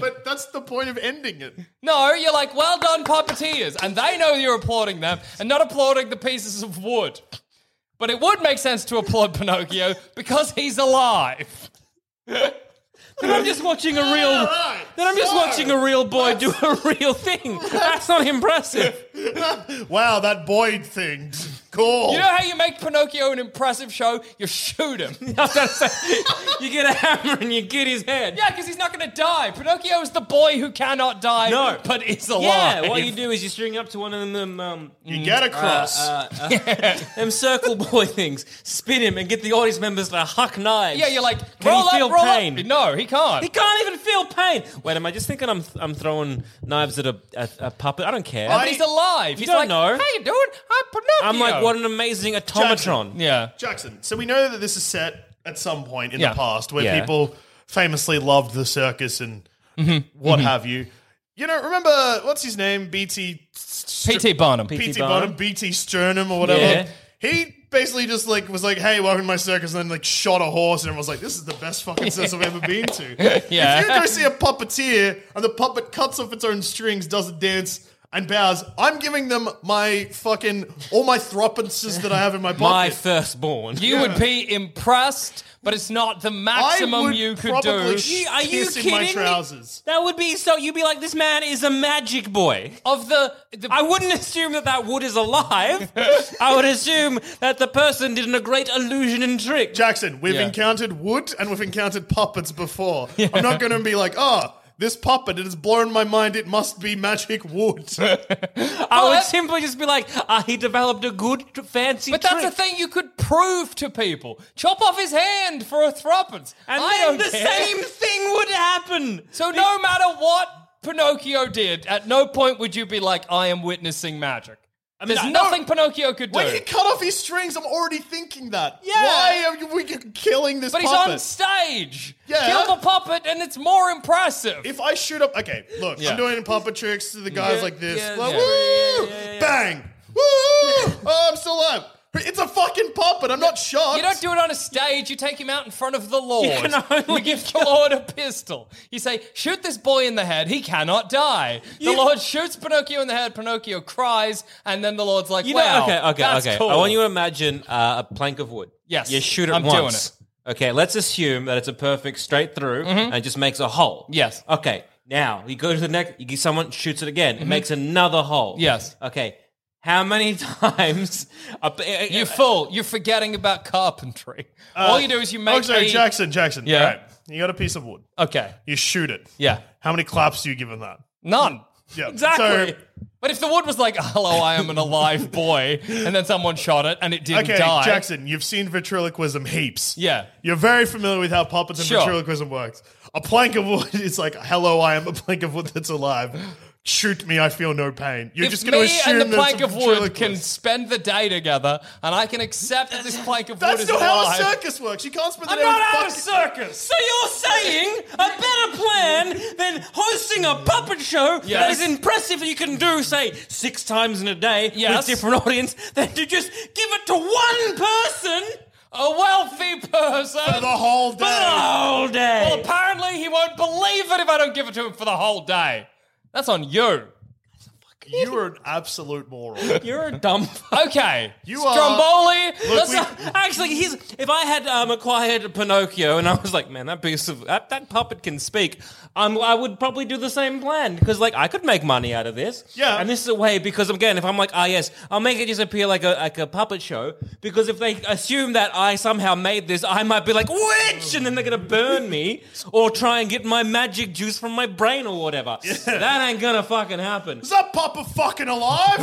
D: but that's the point of ending it.
E: No, you're like, well done, puppeteers. And they know you're applauding them and not applauding the pieces of wood. But it would make sense to applaud Pinocchio because he's alive.
C: Then I'm just watching a real. Then I'm just watching a real boy do a real thing. That's not impressive.
D: Wow, that Boyd thing. Cool.
E: You know how you make Pinocchio an impressive show? You shoot him.
C: I was gonna say, you get a hammer and you get his head.
E: Yeah, because he's not going to die. Pinocchio is the boy who cannot die,
C: No.
E: but is
C: Yeah,
E: alive.
C: what you do is you string up to one of them um,
D: you get across.
C: them circle boy things, spin him, and get the audience members to huck knives.
E: Yeah, you're like,
C: Can
E: roll
C: he
E: up,
C: feel
E: roll
C: pain?
E: up. No, he can't.
C: He can't even feel pain. Wait, am I just thinking I'm I'm throwing knives at a, a, a puppet? I don't care.
E: but he's alive.
C: You
E: he's
C: don't
E: like,
C: know.
E: how you doing? I'm Pinocchio.
C: I'm like, what an amazing automatron.
E: Yeah.
D: Jackson, so we know that this is set at some point in
E: Yeah.
D: the past where
C: Yeah.
D: people famously loved the circus and what have you. You know, remember, what's his name? BT.
E: P.T. Barnum.
D: BT
C: Barnum.
D: Bottom, BT Sternum, or whatever. He basically just like was like, "Hey, welcome to my circus," and then like shot a horse, and was like, "This is the best fucking circus I've ever been to."
E: Yeah.
D: If you go see a puppeteer and the puppet cuts off its own strings, doesn't dance, and bows, I'm giving them my fucking all my thropences that I have in my
C: My
D: pocket.
C: firstborn.
E: You would be impressed, but it's not
D: I
E: the maximum
D: would
E: you could
D: probably
E: do.
D: sh-
C: Are you
D: Kiss in
C: kidding
D: my
C: me?
D: trousers.
C: That would be so. You'd be like, this man is a magic boy.
E: of the, the
C: I wouldn't assume that that wood is alive. I would assume that the person did a great illusion and trick.
D: Jackson, we've
E: Yeah.
D: encountered wood and we've encountered puppets before. I'm not going to be like, "Oh, this puppet it has blown my mind. It must be magic wood."
C: I would
E: that-
C: simply just be like, ah, he developed a good tr- fancy
E: but
C: trick.
E: that's the thing you could prove to people. Chop off his hand for a threepence.
C: And
E: I
C: then
E: don't
C: the
E: care.
C: same thing would happen.
E: So no matter what Pinocchio did, at no point would you be like, I am witnessing magic. There's
C: I-
E: nothing Pinocchio could do.
D: When you cut off his strings, I'm already thinking that.
E: Yeah.
D: Why are you, were you killing this
E: but he's
D: puppet?
E: on stage.
D: Yeah.
E: Kill the puppet, and it's more impressive.
D: if I shoot up, okay, look,
E: Yeah.
D: I'm doing puppet tricks to the guys like this.
C: yeah,
D: Like,
C: yeah.
D: woo, bang, woo, oh, I'm still alive. It's a fucking puppet. I'm not shocked.
E: You don't do it on a stage. You take him out in front of the Lord. You,
C: can only
E: give the Lord a pistol. You say, "Shoot this boy in the head. He cannot die." The Lord shoots Pinocchio in the head. Pinocchio cries, and then the Lord's like,
C: You know,
E: "Wow,
C: okay, okay,
E: that's
C: okay.
E: cool."
C: I want you to imagine uh, a plank of wood.
E: Yes,
C: You shoot it
E: I'm doing
C: once. Okay, let's assume that it's a perfect straight through and it just makes a hole.
E: Mm-hmm. Yes.
C: Okay, now you go to the next, you get someone shoots it again, it makes another hole.
E: Mm-hmm. Yes.
C: Okay, how many times?
E: You're full. You're forgetting about carpentry.
C: Uh,
E: All you do is you make.
D: Oh, sorry,
E: a-
D: Jackson, Jackson.
E: Yeah.
D: All right. You got a piece of wood.
E: Okay.
D: You shoot it.
E: Yeah.
D: How many claps do you give him that?
E: None.
D: Yeah.
E: Exactly.
D: So,
E: But But if the wood was like, hello, I am an alive boy, and then someone shot it and it didn't
D: Okay,
E: die.
D: Jackson, you've seen ventriloquism heaps.
E: Yeah.
D: You're very familiar with how puppets and
E: Sure.
D: ventriloquism works. A plank of wood is like, hello, I am a plank of wood that's alive. Shoot me, I feel no pain. You're
E: if
D: just going to
E: me
D: assume
E: and the
D: that it's
E: plank
D: a
E: of wood
D: ventriloquist.
E: can spend the day together, and I can accept that this plank of wood
D: That's
E: is
D: not how
E: alive.
D: a circus works. You can't spend the
E: I'm
D: day
E: not
D: with
E: out of
D: fucking-
E: circus.
C: So you're saying a better plan than hosting a puppet show that
E: Yes.
C: is impressive that you can do, say, six times in a day
E: Yes.
C: with different audience, than to just give it to one person
E: A wealthy person.
D: for the whole
C: for the
D: day.
C: whole day?
E: Well, apparently he won't believe it if I don't give it to him for the whole day. That's on you.
D: You're an absolute moron.
C: you're a dumb
E: Okay.
D: You are-
E: Stromboli.
D: Look,
E: Let's
D: we-
E: not-
C: Actually, he's, if I had um, acquired Pinocchio and I was like, man, that piece of that, that puppet can speak, um, I would probably do the same plan because like I could make money out of this.
D: Yeah.
C: And this is a way because again, if I'm like, ah, yes, I'll make it just appear like a like a puppet show because if they assume that I somehow made this, I might be like witch, and then they're gonna burn me or try and get my magic juice from my brain or whatever. That ain't gonna fucking happen.
D: Is that Papa fucking alive? Get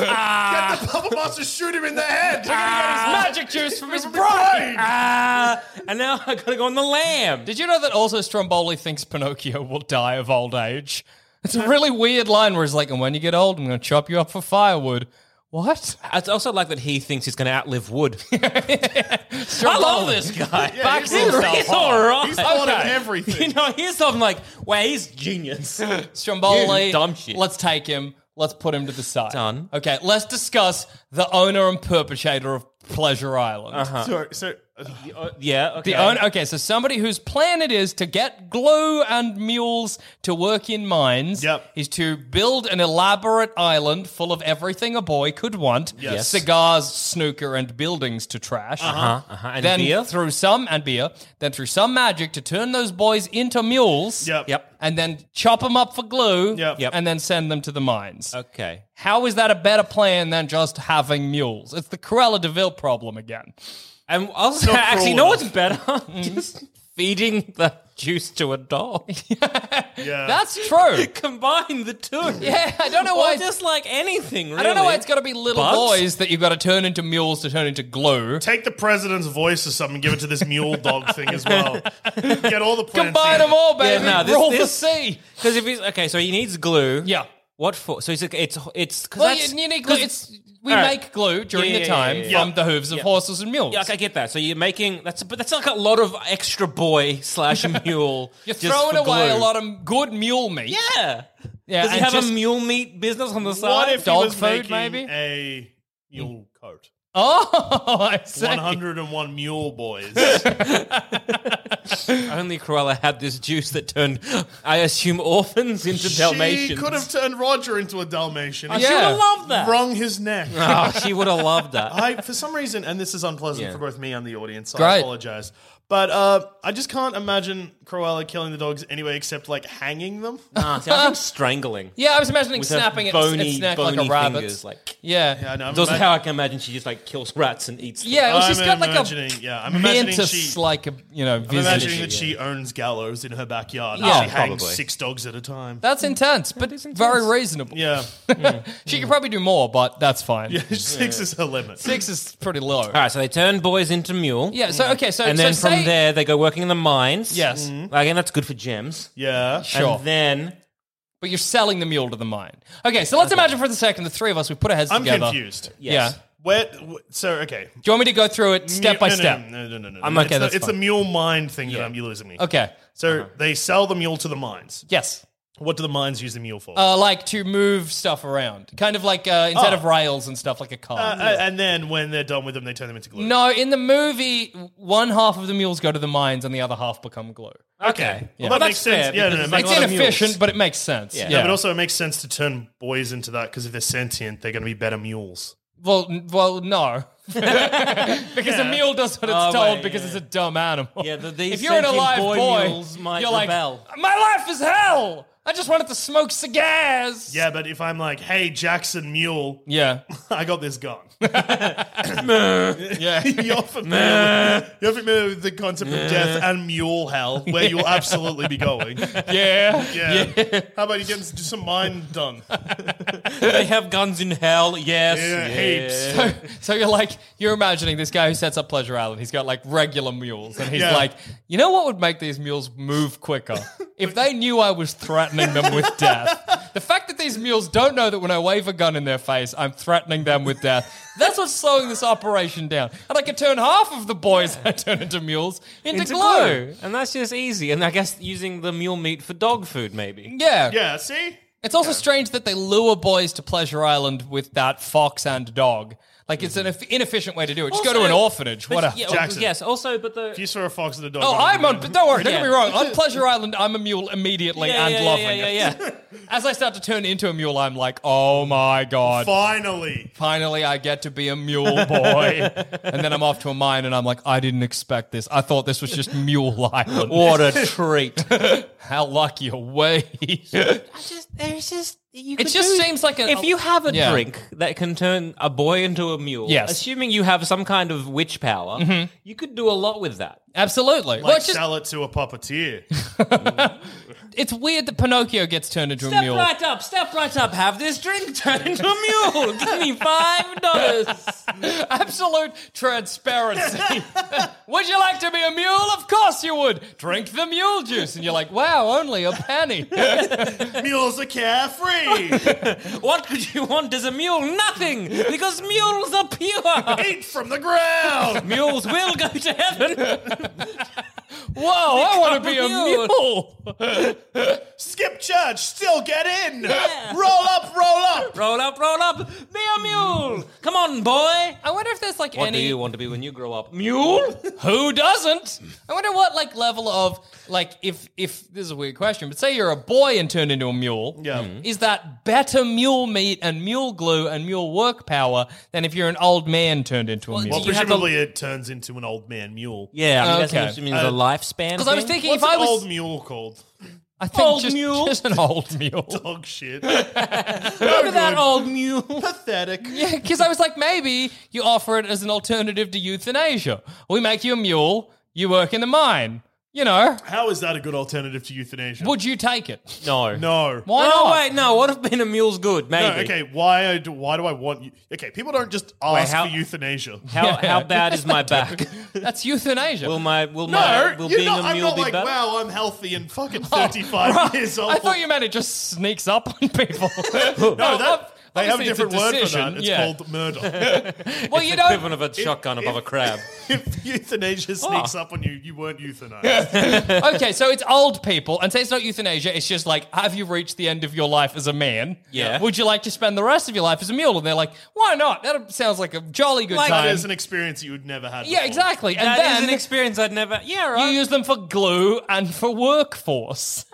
D: the Papa Monster, shoot him in the head. Ah. You're gonna
E: Magic juice from his
D: get his brain.
E: brain.
C: Ah, and now I gotta go on the lamb.
E: Did you know that also Stromboli thinks Pinocchio will die of old age? It's a really weird line where he's like, and when you get old, I'm going to chop you up for firewood. What?
C: I also like that he thinks he's going to outlive Wood. I love
E: Stromboli.
C: this guy.
E: Yeah, Backs he's
C: he's,
E: himself up.
C: all right.
D: He's thought of
E: Okay.
D: everything.
C: You know, here's something like, wow, he's genius.
E: Stromboli.
C: You dumb shit.
E: Let's take him. Let's put him to the side.
C: Done.
E: Okay, let's discuss the owner and perpetrator of Pleasure Island.
D: Sorry, so, uh,
C: yeah, okay.
E: The own, okay, so somebody whose plan it is to get glue and mules to work in mines
D: Yep.
E: is to build an elaborate island full of everything a boy could want
D: Yes.
E: cigars, snooker, and buildings to trash. Uh-huh,
C: uh-huh. And
E: then
C: beer?
E: through some, and beer, then through some magic to turn those boys into mules.
D: Yep.
C: Yep.
E: And then chop them up for glue
D: Yep. Yep.
E: and then send them to the mines.
C: okay.
E: How is that a better plan than just having mules? It's the Cruella de Vil problem again.
C: And also,
D: Not
C: actually, you
D: cruel
C: know what's better?
E: Mm-hmm.
C: Just feeding the juice to a dog.
D: yeah.
E: That's true.
C: Combine the two.
E: Yeah, I don't know why.
C: Or just like anything, really.
E: I don't know why it's got to be little
C: Bugs?
E: boys that you've got to turn into mules to turn into glue.
D: Take the president's voice or something, give it to this mule dog thing as well. Get all the plants
E: Combine
D: in.
E: them all, baby.
C: no, this-
E: Roll
C: this-
E: the sea.
C: Because if he's. Okay, so he needs glue.
E: Yeah.
C: What for? So it's. It's. it's cause
E: Well,
C: that's,
E: you, you need glue.
C: 'cause-
E: It's, we
C: all right.
E: make glue during
C: Yeah,
E: the
C: yeah,
E: time
C: yeah,
D: yeah,
E: from
D: yeah.
E: the hooves of horses and mules.
C: Yeah, okay, I get that. So you're making that's but that's like a lot of extra boy slash mule.
E: You're
C: just
E: throwing
C: for
E: away
C: glue.
E: a lot of good mule meat.
C: Yeah.
E: Yeah,
C: Does he
E: and
C: have
E: just-
C: a mule meat business on the side?
D: What if
E: Dog
D: he was
E: food,
D: making
E: maybe?
D: a mule coat?
E: Oh, I see.
D: 101 mule boys.
C: only Cruella had this juice that turned, I assume, orphans into Dalmatians?
D: She could have turned Roger into a Dalmatian.
E: Yeah.
C: She would have loved that.
D: Wrung his neck.
E: Ah.
C: Oh, she would have loved that.
D: I, for some reason, and this is unpleasant for both me and the audience, so I
E: Great.
D: apologize. But uh, I just can't imagine Cruella killing the dogs anyway, except like hanging them.
C: Nah, see, I think strangling.
E: Yeah, I was imagining
C: With her
E: Uh-huh. snapping it,
C: bony,
E: its neck
C: bony
E: like a rabbit.
C: fingers, like
E: yeah.
D: I know, I'm
C: that's also
D: imag-
C: how I can imagine she just like kills rats and eats. them.
E: Yeah, well, she's
D: I'm
E: got like a
D: imagining, yeah, I'm imagining
E: mantis,
D: she,
E: like a you know,
D: I'm
E: visage.
D: imagining that she owns gallows in her backyard.
E: Yeah,
D: and she hangs
C: probably.
D: six dogs at a time.
E: That's intense, but very reasonable.
D: yeah,
E: She could probably do more, but that's fine.
D: six is her limit.
E: Six is pretty low.
C: All right, so they turn boys into mule.
E: Yeah. So okay. So
C: And
E: so
C: then
E: say-
C: from there they go working in the mines. Mm-hmm.
E: Yes.
D: Mm-hmm.
C: Again, that's good for gems.
D: Yeah,
E: Sure.
C: And then
E: but you're selling the mule to the mine. Okay. So let's imagine for the second, the three of us, we put our heads
D: I'm
E: together.
D: confused.
C: Yes.
E: Yeah.
D: Where? wh- So okay,
E: Do you want me to go through it step
D: Mu-
E: by
D: no, no,
E: step?
D: No, no, no, no.
E: I'm
D: no.
E: okay,
D: It's,
E: that's
D: the, it's the
E: fine.
D: mule mine thing that I'm you're losing me.
E: Okay. Uh-huh.
D: So they sell the mule to the mines.
E: Yes.
D: What do the mines use the mule for?
E: Uh, like to move stuff around, kind of like uh, instead
D: Oh.
E: of rails and stuff, like a car.
D: Uh, and then when they're done with them, they turn them into glue.
E: no, in the movie, one half of the mules go to the mines, and the other half become glue.
C: okay.
D: Well, that makes sense. yeah, no, no, it makes
E: It's
D: sense.
E: inefficient, but it makes sense.
C: Yeah.
E: Yeah.
D: No, but also it makes sense to turn boys into that because if they're sentient, they're going to be better mules.
E: well, n- well, no, because a mule does what it's
C: Oh,
E: told
C: wait,
E: because
C: yeah.
E: it's a dumb animal.
C: Yeah, the- these
E: if you're an
C: sentient
E: alive
C: boy
E: boy,
C: mules might
E: you're like,
C: rebel.
E: my life is hell. I just wanted to smoke cigars.
D: Yeah, but if I'm like, hey, Jackson Mule,
E: Yeah.
D: I got this gun.
E: Yeah.
D: you're, familiar with, you're familiar with the concept of death and mule hell, where you'll absolutely be going.
E: yeah.
D: Yeah. How about you get just some mine done?
C: they have guns in hell. Yes.
D: Yeah, heaps.
E: So, so you're like, you're imagining this guy who sets up Pleasure Island. He's got like regular mules, and he's
D: Yeah.
E: like, you know what would make these mules move quicker? If they knew I was threatening them with death. The fact that these mules don't know that when I wave a gun in their face, I'm threatening them with death. That's what's slowing this operation down. And I could turn half of the boys I turn into mules into,
C: Into
E: glue.
C: glue. And that's just easy. And I guess using the mule meat for dog food, maybe.
E: Yeah.
D: Yeah, see?
E: It's also strange that they lure boys to Pleasure Island with that fox and dog. Like, it's an eff- inefficient way to do it. Just go to
C: Also-
E: an orphanage.
C: But
E: What a.
C: yeah,
D: Jackson.
C: Yes. Also, but the
D: If you saw a fox and a dog.
E: Oh, I'm on. Don't worry, don't get me
C: Yeah.
E: wrong. On Pleasure Island, I'm a mule immediately
C: yeah,
E: and
C: yeah,
E: loving
C: yeah, yeah,
E: it.
C: yeah,
E: As I start to turn into a mule, I'm like, oh my god!
D: Finally.
E: Finally, I get to be a mule boy. and then I'm off to a mine, and I'm like, I didn't expect this. I thought this was just Mule Island.
C: What a treat!
E: How lucky are we?
C: just, there's just you
E: It
C: could
E: just
C: do-
E: seems like a-
C: if you have a
E: Yeah.
C: drink that can turn a boy into a mule.
E: Yes. Mm-hmm.
C: assuming you have some kind of witch power, you could do a lot with that.
E: Absolutely. well,
D: Like
E: it's, just,
D: sell it to a puppeteer.
E: it's weird that Pinocchio gets turned into a
C: Step
E: mule.
C: right up, step right up. Have this drink turned into a mule. Give me five dollars.
E: Absolute transparency. would you like to be a mule? Of course you would. Drink the mule juice. And you're like, wow, only a penny.
D: Mules are carefree.
C: What could you want as a mule? Nothing, because mules are pure.
D: Eat from the ground.
C: Mules will go to heaven.
E: Whoa, I want to be a
C: mule.
E: mule.
D: Skip church. Still get in. Roll up, roll up.
C: Roll up, roll up. Be a mule. Come on, boy.
E: I wonder if there's like
C: What
E: any.
C: do you want to be when you grow up? Mule?
E: Who doesn't? I wonder what like level of like if if this is a weird question, but say you're a boy and turned into a mule.
D: Yeah.
E: Is that better mule meat and mule glue and mule work power than if you're an old man turned into a
D: Well,
E: mule?
C: you have
D: presumably it turns into an old man mule.
C: Yeah, I'm
E: Okay. Uh,
C: guessing this means a lifespan.
E: Because I was
C: thing?
E: thinking
D: What's
E: if I
D: an
E: was
D: old mule called?
E: I think
C: Old
E: just,
C: mule?
E: just an old mule.
D: Dog shit.
C: Look at that old mule.
D: Pathetic.
E: Because I was like, maybe you offer it as an alternative to euthanasia. We make you a mule. You work in the mine. You know,
D: How is that a good alternative to euthanasia?
E: would you take it?
C: No.
D: no.
E: Why
C: oh,
E: not?
C: wait, no. What if being a mule's good? Maybe.
D: No, okay, why I do, why do I want you? Okay, people don't just ask
C: how-
D: for euthanasia.
C: How, how bad is my back?
E: That's euthanasia.
C: will my will
D: no,
C: my will
D: you're
C: being
D: not,
C: a
D: I'm
C: mule
D: not
C: be
D: like,
C: better?
D: wow, I'm healthy and fucking 35 years old.
E: I thought you meant it just sneaks up on people. no,
D: no, that, they have a
E: obviously it's a
D: different word for
E: decision,
D: that. It's
E: yeah.
D: called murder.
E: well, you
C: Equivalent of
E: don't.
C: a shotgun above a crab.
D: if euthanasia sneaks up on you, you weren't euthanized.
E: Okay, so it's old people, and say it's not euthanasia. It's just like, have you reached the end of your life as a man?
C: Yeah.
E: Would you like to spend the rest of your life as a mule? And they're like, why not? That sounds like a jolly good
D: that
E: time.
D: is an experience that you'd never had.
E: Yeah,
D: before.
E: exactly. And
C: That is
E: then
C: an experience I'd never. Yeah,
E: you
C: right.
E: use them for glue and for workforce.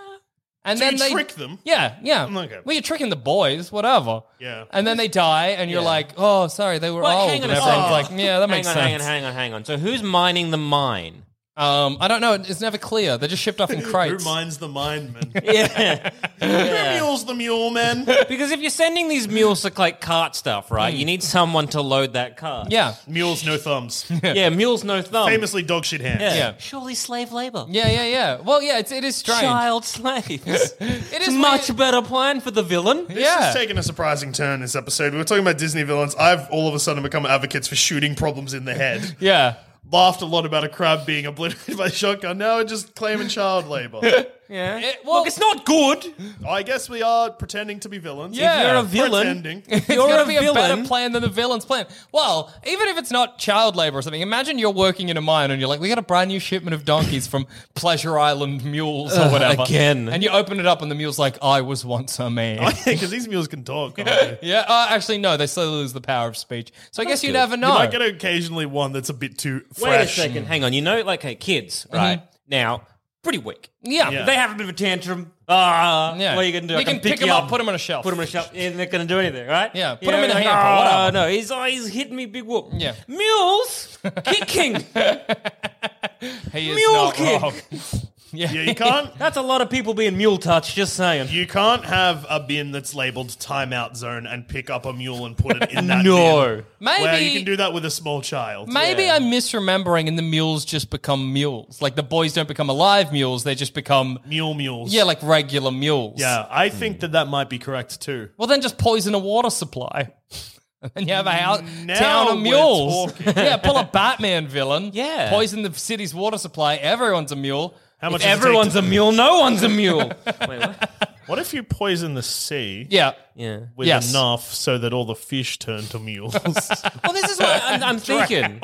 E: And
D: So
E: then
D: you
E: they
D: trick them?
E: Yeah, yeah.
D: Okay.
E: Well, you're tricking the boys, whatever.
D: Yeah.
E: And then they die, and you're
C: Yeah.
E: like, oh, sorry, they were
C: Wait,
E: old.
C: hang on
E: and
C: a
E: everyone's
D: second.
E: like, yeah, that
C: hang
E: makes
C: on,
E: sense.
C: hang on, hang on, hang on. So who's mining the mine?
E: Um, I don't know. It's never clear. They're just shipped off in
D: Who
E: crates.
D: minds the mind, man?
C: Yeah,
D: Who mules the mule, man?
C: because if you're sending these mules to like cart stuff, right? You need someone to load that cart.
E: Yeah.
D: Mules, no thumbs.
C: yeah. Mules no thumb.
D: Famously dog shit hands.
C: Yeah.
E: Yeah.
C: Surely slave labor.
E: Yeah, yeah, yeah. Well, yeah, it's, it is strange.
C: Child slaves.
E: It
C: it
E: is
C: is much
E: weird.
C: better plan for the villain.
D: This
E: Yeah.
D: has taken a surprising turn this episode. We were talking about Disney villains. I've all of a sudden become advocates for shooting problems in the head.
E: yeah.
D: Laughed a lot about a crab being obliterated by a shotgun. Now we're just claiming child labor.
C: Yeah.
E: well-
C: Look, it's not good.
D: I guess we are pretending to be villains.
E: Yeah.
C: If you're a villain,
D: Pretending.
C: if
E: It's
C: you're
E: going
C: a
E: to be a better
C: villain.
E: plan than the villain's plan. Well, even if it's not child labor or something, imagine you're working in a mine and you're like, we got a brand new shipment of donkeys from Pleasure Island mules or whatever.
C: again.
E: And you open it up and the mule's like, I was once a man.
D: Because these mules can talk. can't they?
E: yeah, uh, actually, no, they slowly lose the power of speech. So I guess you never know.
D: I get occasionally one that's a bit too
C: Wait
D: fresh.
C: a second. Hang on. You know, like, hey, kids, right? Now, pretty weak.
E: yeah.
D: Yeah.
C: They have a bit of a tantrum. Ah,
E: Yeah.
C: what are you going to do?
E: You
C: I
E: can pick
C: you
E: him up, put him on a shelf.
C: um, Put him on a shelf. They're not going to do anything, right?
E: Yeah, put
C: You
E: him in a
C: like,
E: hamper,
C: "Oh,
E: whatever."
C: no, he's, oh, he's hitting me big whoop.
E: Yeah.
C: Mules kicking.
E: He is
C: Mule
E: not
C: kick.
E: wrong. Yeah.
D: Yeah, you can't.
C: That's a lot of people being mule touched, just saying.
D: You can't have a bin that's labeled timeout zone and pick up a mule and put it in that
C: No.
D: bin.
E: Maybe-
D: Where you can do that with a small child.
E: Maybe I'm misremembering and the mules just become mules. Like the boys don't become alive mules, they just become,
D: Mule mules.
E: yeah, like regular mules.
D: Yeah, I think that that might be correct too.
E: Well, then just poison a water supply. and you have a house,
D: Now
E: town of
D: we're
E: mules.
D: talking.
E: yeah, pull a Batman villain.
C: Yeah.
E: Poison the city's water supply. Everyone's a mule.
D: How much? does it take
C: Everyone's
D: to-
C: a mule, no one's a mule. Wait, what?
D: What if you poison the sea?
E: Yeah.
C: Yeah.
D: With
E: Yes.
D: enough so that all the fish turn to mules.
C: Well, this is what I'm, I'm thinking.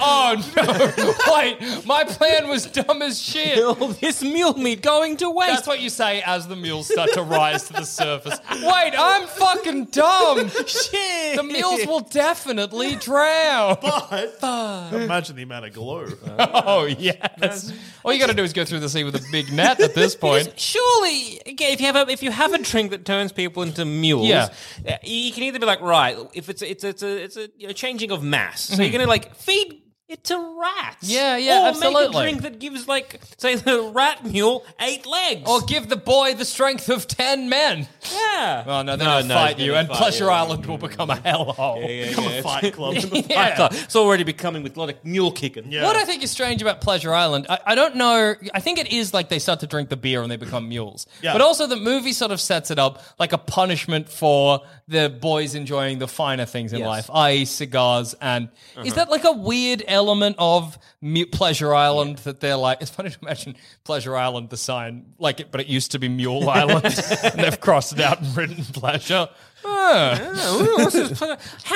E: Oh, no. Wait, my plan was dumb as shit.
C: All this mule meat going to waste.
E: That's what you say as the mules start to rise to the surface. Wait, I'm fucking dumb.
C: Shit.
E: The mules will definitely drown.
D: but imagine the amount of glow.
E: Oh, yes. All you got to do is go through the sea with a big net at this point.
C: Surely, okay, if you have a if you have a drink that turns people into mules,
E: Yeah.
C: uh, you can either be like, right, if it's it's it's a it's a you know, changing of mass, so you're gonna like feed it to rats,
E: Mm-hmm. Yeah, yeah,
C: or make a
E: absolutely.
C: drink that gives like say the rat mule eight legs,
E: Or give the boy the strength of 10 men.
C: yeah,
E: Oh, no, they're
C: No,
E: going to
C: no,
E: fight
C: they're
E: you,
C: gonna
E: and
C: fight
E: Pleasure
C: you.
E: Island will become a hellhole.
D: Become a fight club.
E: Yeah.
C: it's already becoming with a lot of mule kicking.
D: Yeah.
E: What I think is strange about Pleasure Island, I, I don't know. I think it is like they start to drink the beer and they become mules.
D: Yeah.
E: But also, the movie sort of sets it up like a punishment for the boys enjoying the finer things in
C: Yes.
E: life, i.e., cigars. And
D: Uh-huh.
E: is that like a weird element of mu- Pleasure Island that they're like? It's funny to imagine Pleasure Island, the sign, like it, but it used to be Mule Island, and they've crossed it out and written Pleasure. Huh.
C: Ooh, what's this- How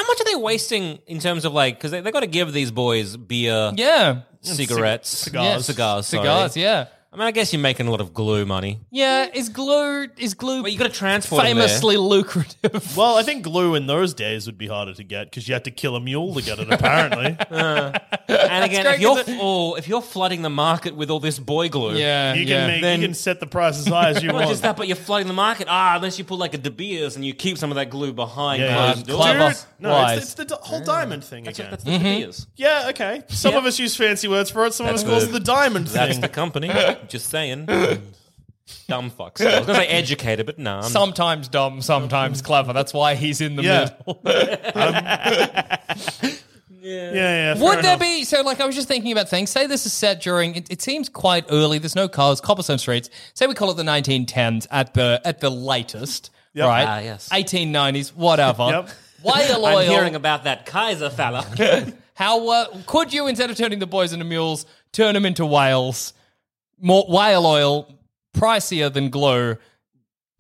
C: much are they wasting in terms of like because they they got to give these boys beer,
E: Yeah.
C: cigarettes,
D: cigars.
E: Yes.
C: cigars, sorry.
E: Cigars, yeah.
C: I mean, I guess you're making a lot of glue money.
E: Yeah, is glue is glue
C: Well, you got to transport them there.
E: famously lucrative.
D: Well, I think glue in those days would be harder to get because you had to kill a mule to get it. Apparently,
C: And again,
E: great
C: if you're
E: 'cause it-
C: oh, if you're flooding the market with all this boy glue,
E: Yeah,
D: you can
E: yeah.
D: make,
C: Then-
D: you can set the price as high as you
C: Not
D: want.
C: just that, but you're flooding the market. Ah, unless you pull like a De Beers and you keep some of that glue behind
D: Yeah,
C: closed
D: yeah.
C: doors.
E: Clever.
D: Dude, no,
E: Wise.
D: it's, it's the di- whole diamond thing
C: That's,
D: again.
C: what- that's the De Beers.
D: yeah, okay. Some of us use fancy words for it. Some of us calls it the diamond
C: That's
D: thing.
C: the company. just saying. Dumb fucks. I was going to say educated, but
E: Um,
C: nah. I'm-
E: sometimes dumb, sometimes clever. That's why he's in the
D: Yeah.
E: middle. Um,
D: yeah, yeah. fair
E: Would there
D: enough.
E: be so? Like I was just thinking about things. Say this is set during. It, it seems quite early. There's no cars, cobblestone streets. Say we call it the 1910s at the at the latest, right?
C: Ah, yes.
E: 1890s, whatever.
D: Yep.
E: Whale
C: I'm
E: oil.
C: hearing about that Kaiser fella.
E: How uh, could you, instead of turning the boys into mules, turn them into whales? More whale oil, pricier than glue.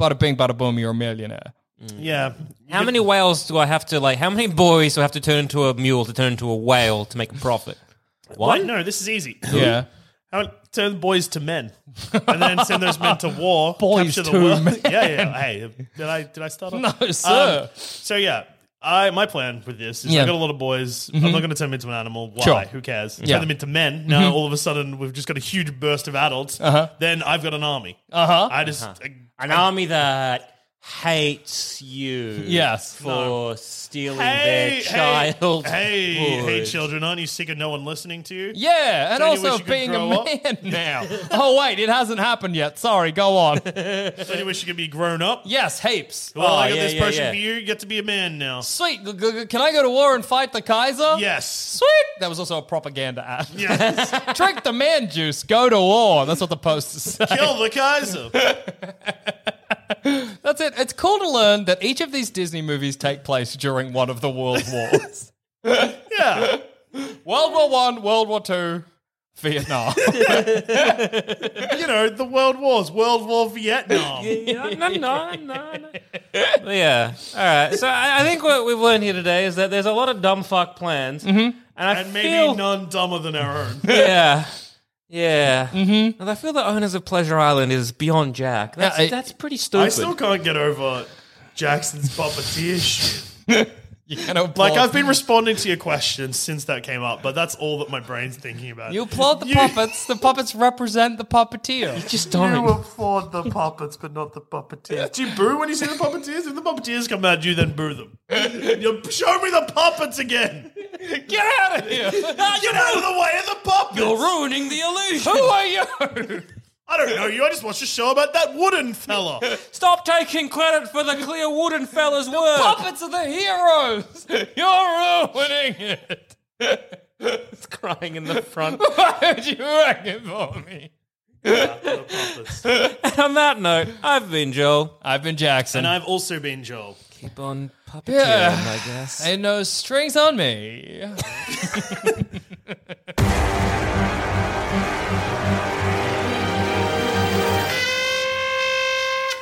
E: Bada bing, bada boom, you're a millionaire.
D: Yeah.
C: how many whales do I have to like? How many boys do I have to turn into a mule to turn into a whale to make a profit?
D: Wait,
C: One.
D: no, this is easy.
E: Yeah.
D: How turn boys to men, and then send those men to war.
E: Boys
D: capture the
E: to
D: world.
E: men.
D: Yeah, yeah. Hey, did I did I start off?
E: No, sir.
D: Um, so yeah, I my plan with this is
E: Yeah. Mm-hmm.
D: I've got a lot of boys. I'm not going to turn them into an animal. Why?
E: Sure.
D: Who cares?
E: Yeah. Mm-hmm.
D: Turn them into men. Now all of a sudden we've just got a huge burst of adults. Uh-huh. Then I've got an army. Uh-huh. I just
C: An army that hates you.
E: Yes.
C: For stealing
D: hey,
C: their
D: hey,
C: child.
D: Hey, hey, children! Aren't you sick of no one listening to you?
E: yeah, and
D: Don't you wish
E: also
D: you could
E: being a
D: grow up?
E: man now. oh, wait, it hasn't happened yet. Sorry, go on.
D: Don't you wish you could be grown up?
E: yes, heaps.
D: Well, I
C: Oh,
D: got
C: yeah,
D: this
C: yeah,
D: person
C: yeah.
D: for you. You get to be a man now.
E: Sweet. G- g- g- Can I go to war and fight the Kaiser?
D: Yes.
E: Sweet. That was also a propaganda ad.
D: Yes.
E: Drink the man juice, go to war. That's what the posters say.
D: Kill the Kaiser.
E: That's it. It's cool to learn that each of these Disney movies take place during one of the world wars.
D: Yeah.
E: World War One, World War Two, Vietnam.
D: You know, the World Wars, World War Vietnam.
C: no, no, no, no. no. But yeah. All right. So I, I think what we've learned here today is that there's a lot of dumb fuck plans, and I
D: Mm-hmm. And maybe
C: feel
D: none dumber than our own.
C: yeah, yeah. Mm-hmm. And I feel the owners of Pleasure Island is beyond Jack. That's
E: Yeah, I-
C: that's pretty
D: I
C: stupid.
D: still can't get over Jackson's puppeteer shit.
E: you can applaud.
D: Like, I've been responding to your questions since that came up, but that's all that my brain's thinking about.
E: you applaud the
D: You-
E: puppets. The puppets represent the puppeteer.
C: just
D: You
C: don't.
D: applaud the puppets, but not the puppeteers. Do you boo when you see the puppeteers? If the puppeteers come at you, then boo them. You show me the puppets again.
F: Get out of here!
D: Get out of the way of the
C: Ah,
D: puppets!
C: You're ruining the illusion.
F: Who are you?
D: I don't know you. I just watched a show about that wooden fella.
C: Stop taking credit for the clear wooden fella's work.
F: Puppets are the heroes. You're ruining it.
C: It's crying in the front.
F: Why would you wreck it for me?
D: The puppets.
C: and on that note, I've been Joel.
F: I've been Jackson.
D: and I've also been Joel.
C: Keep on puppeteering,
F: Yeah.
C: I guess.
F: and no strings on me.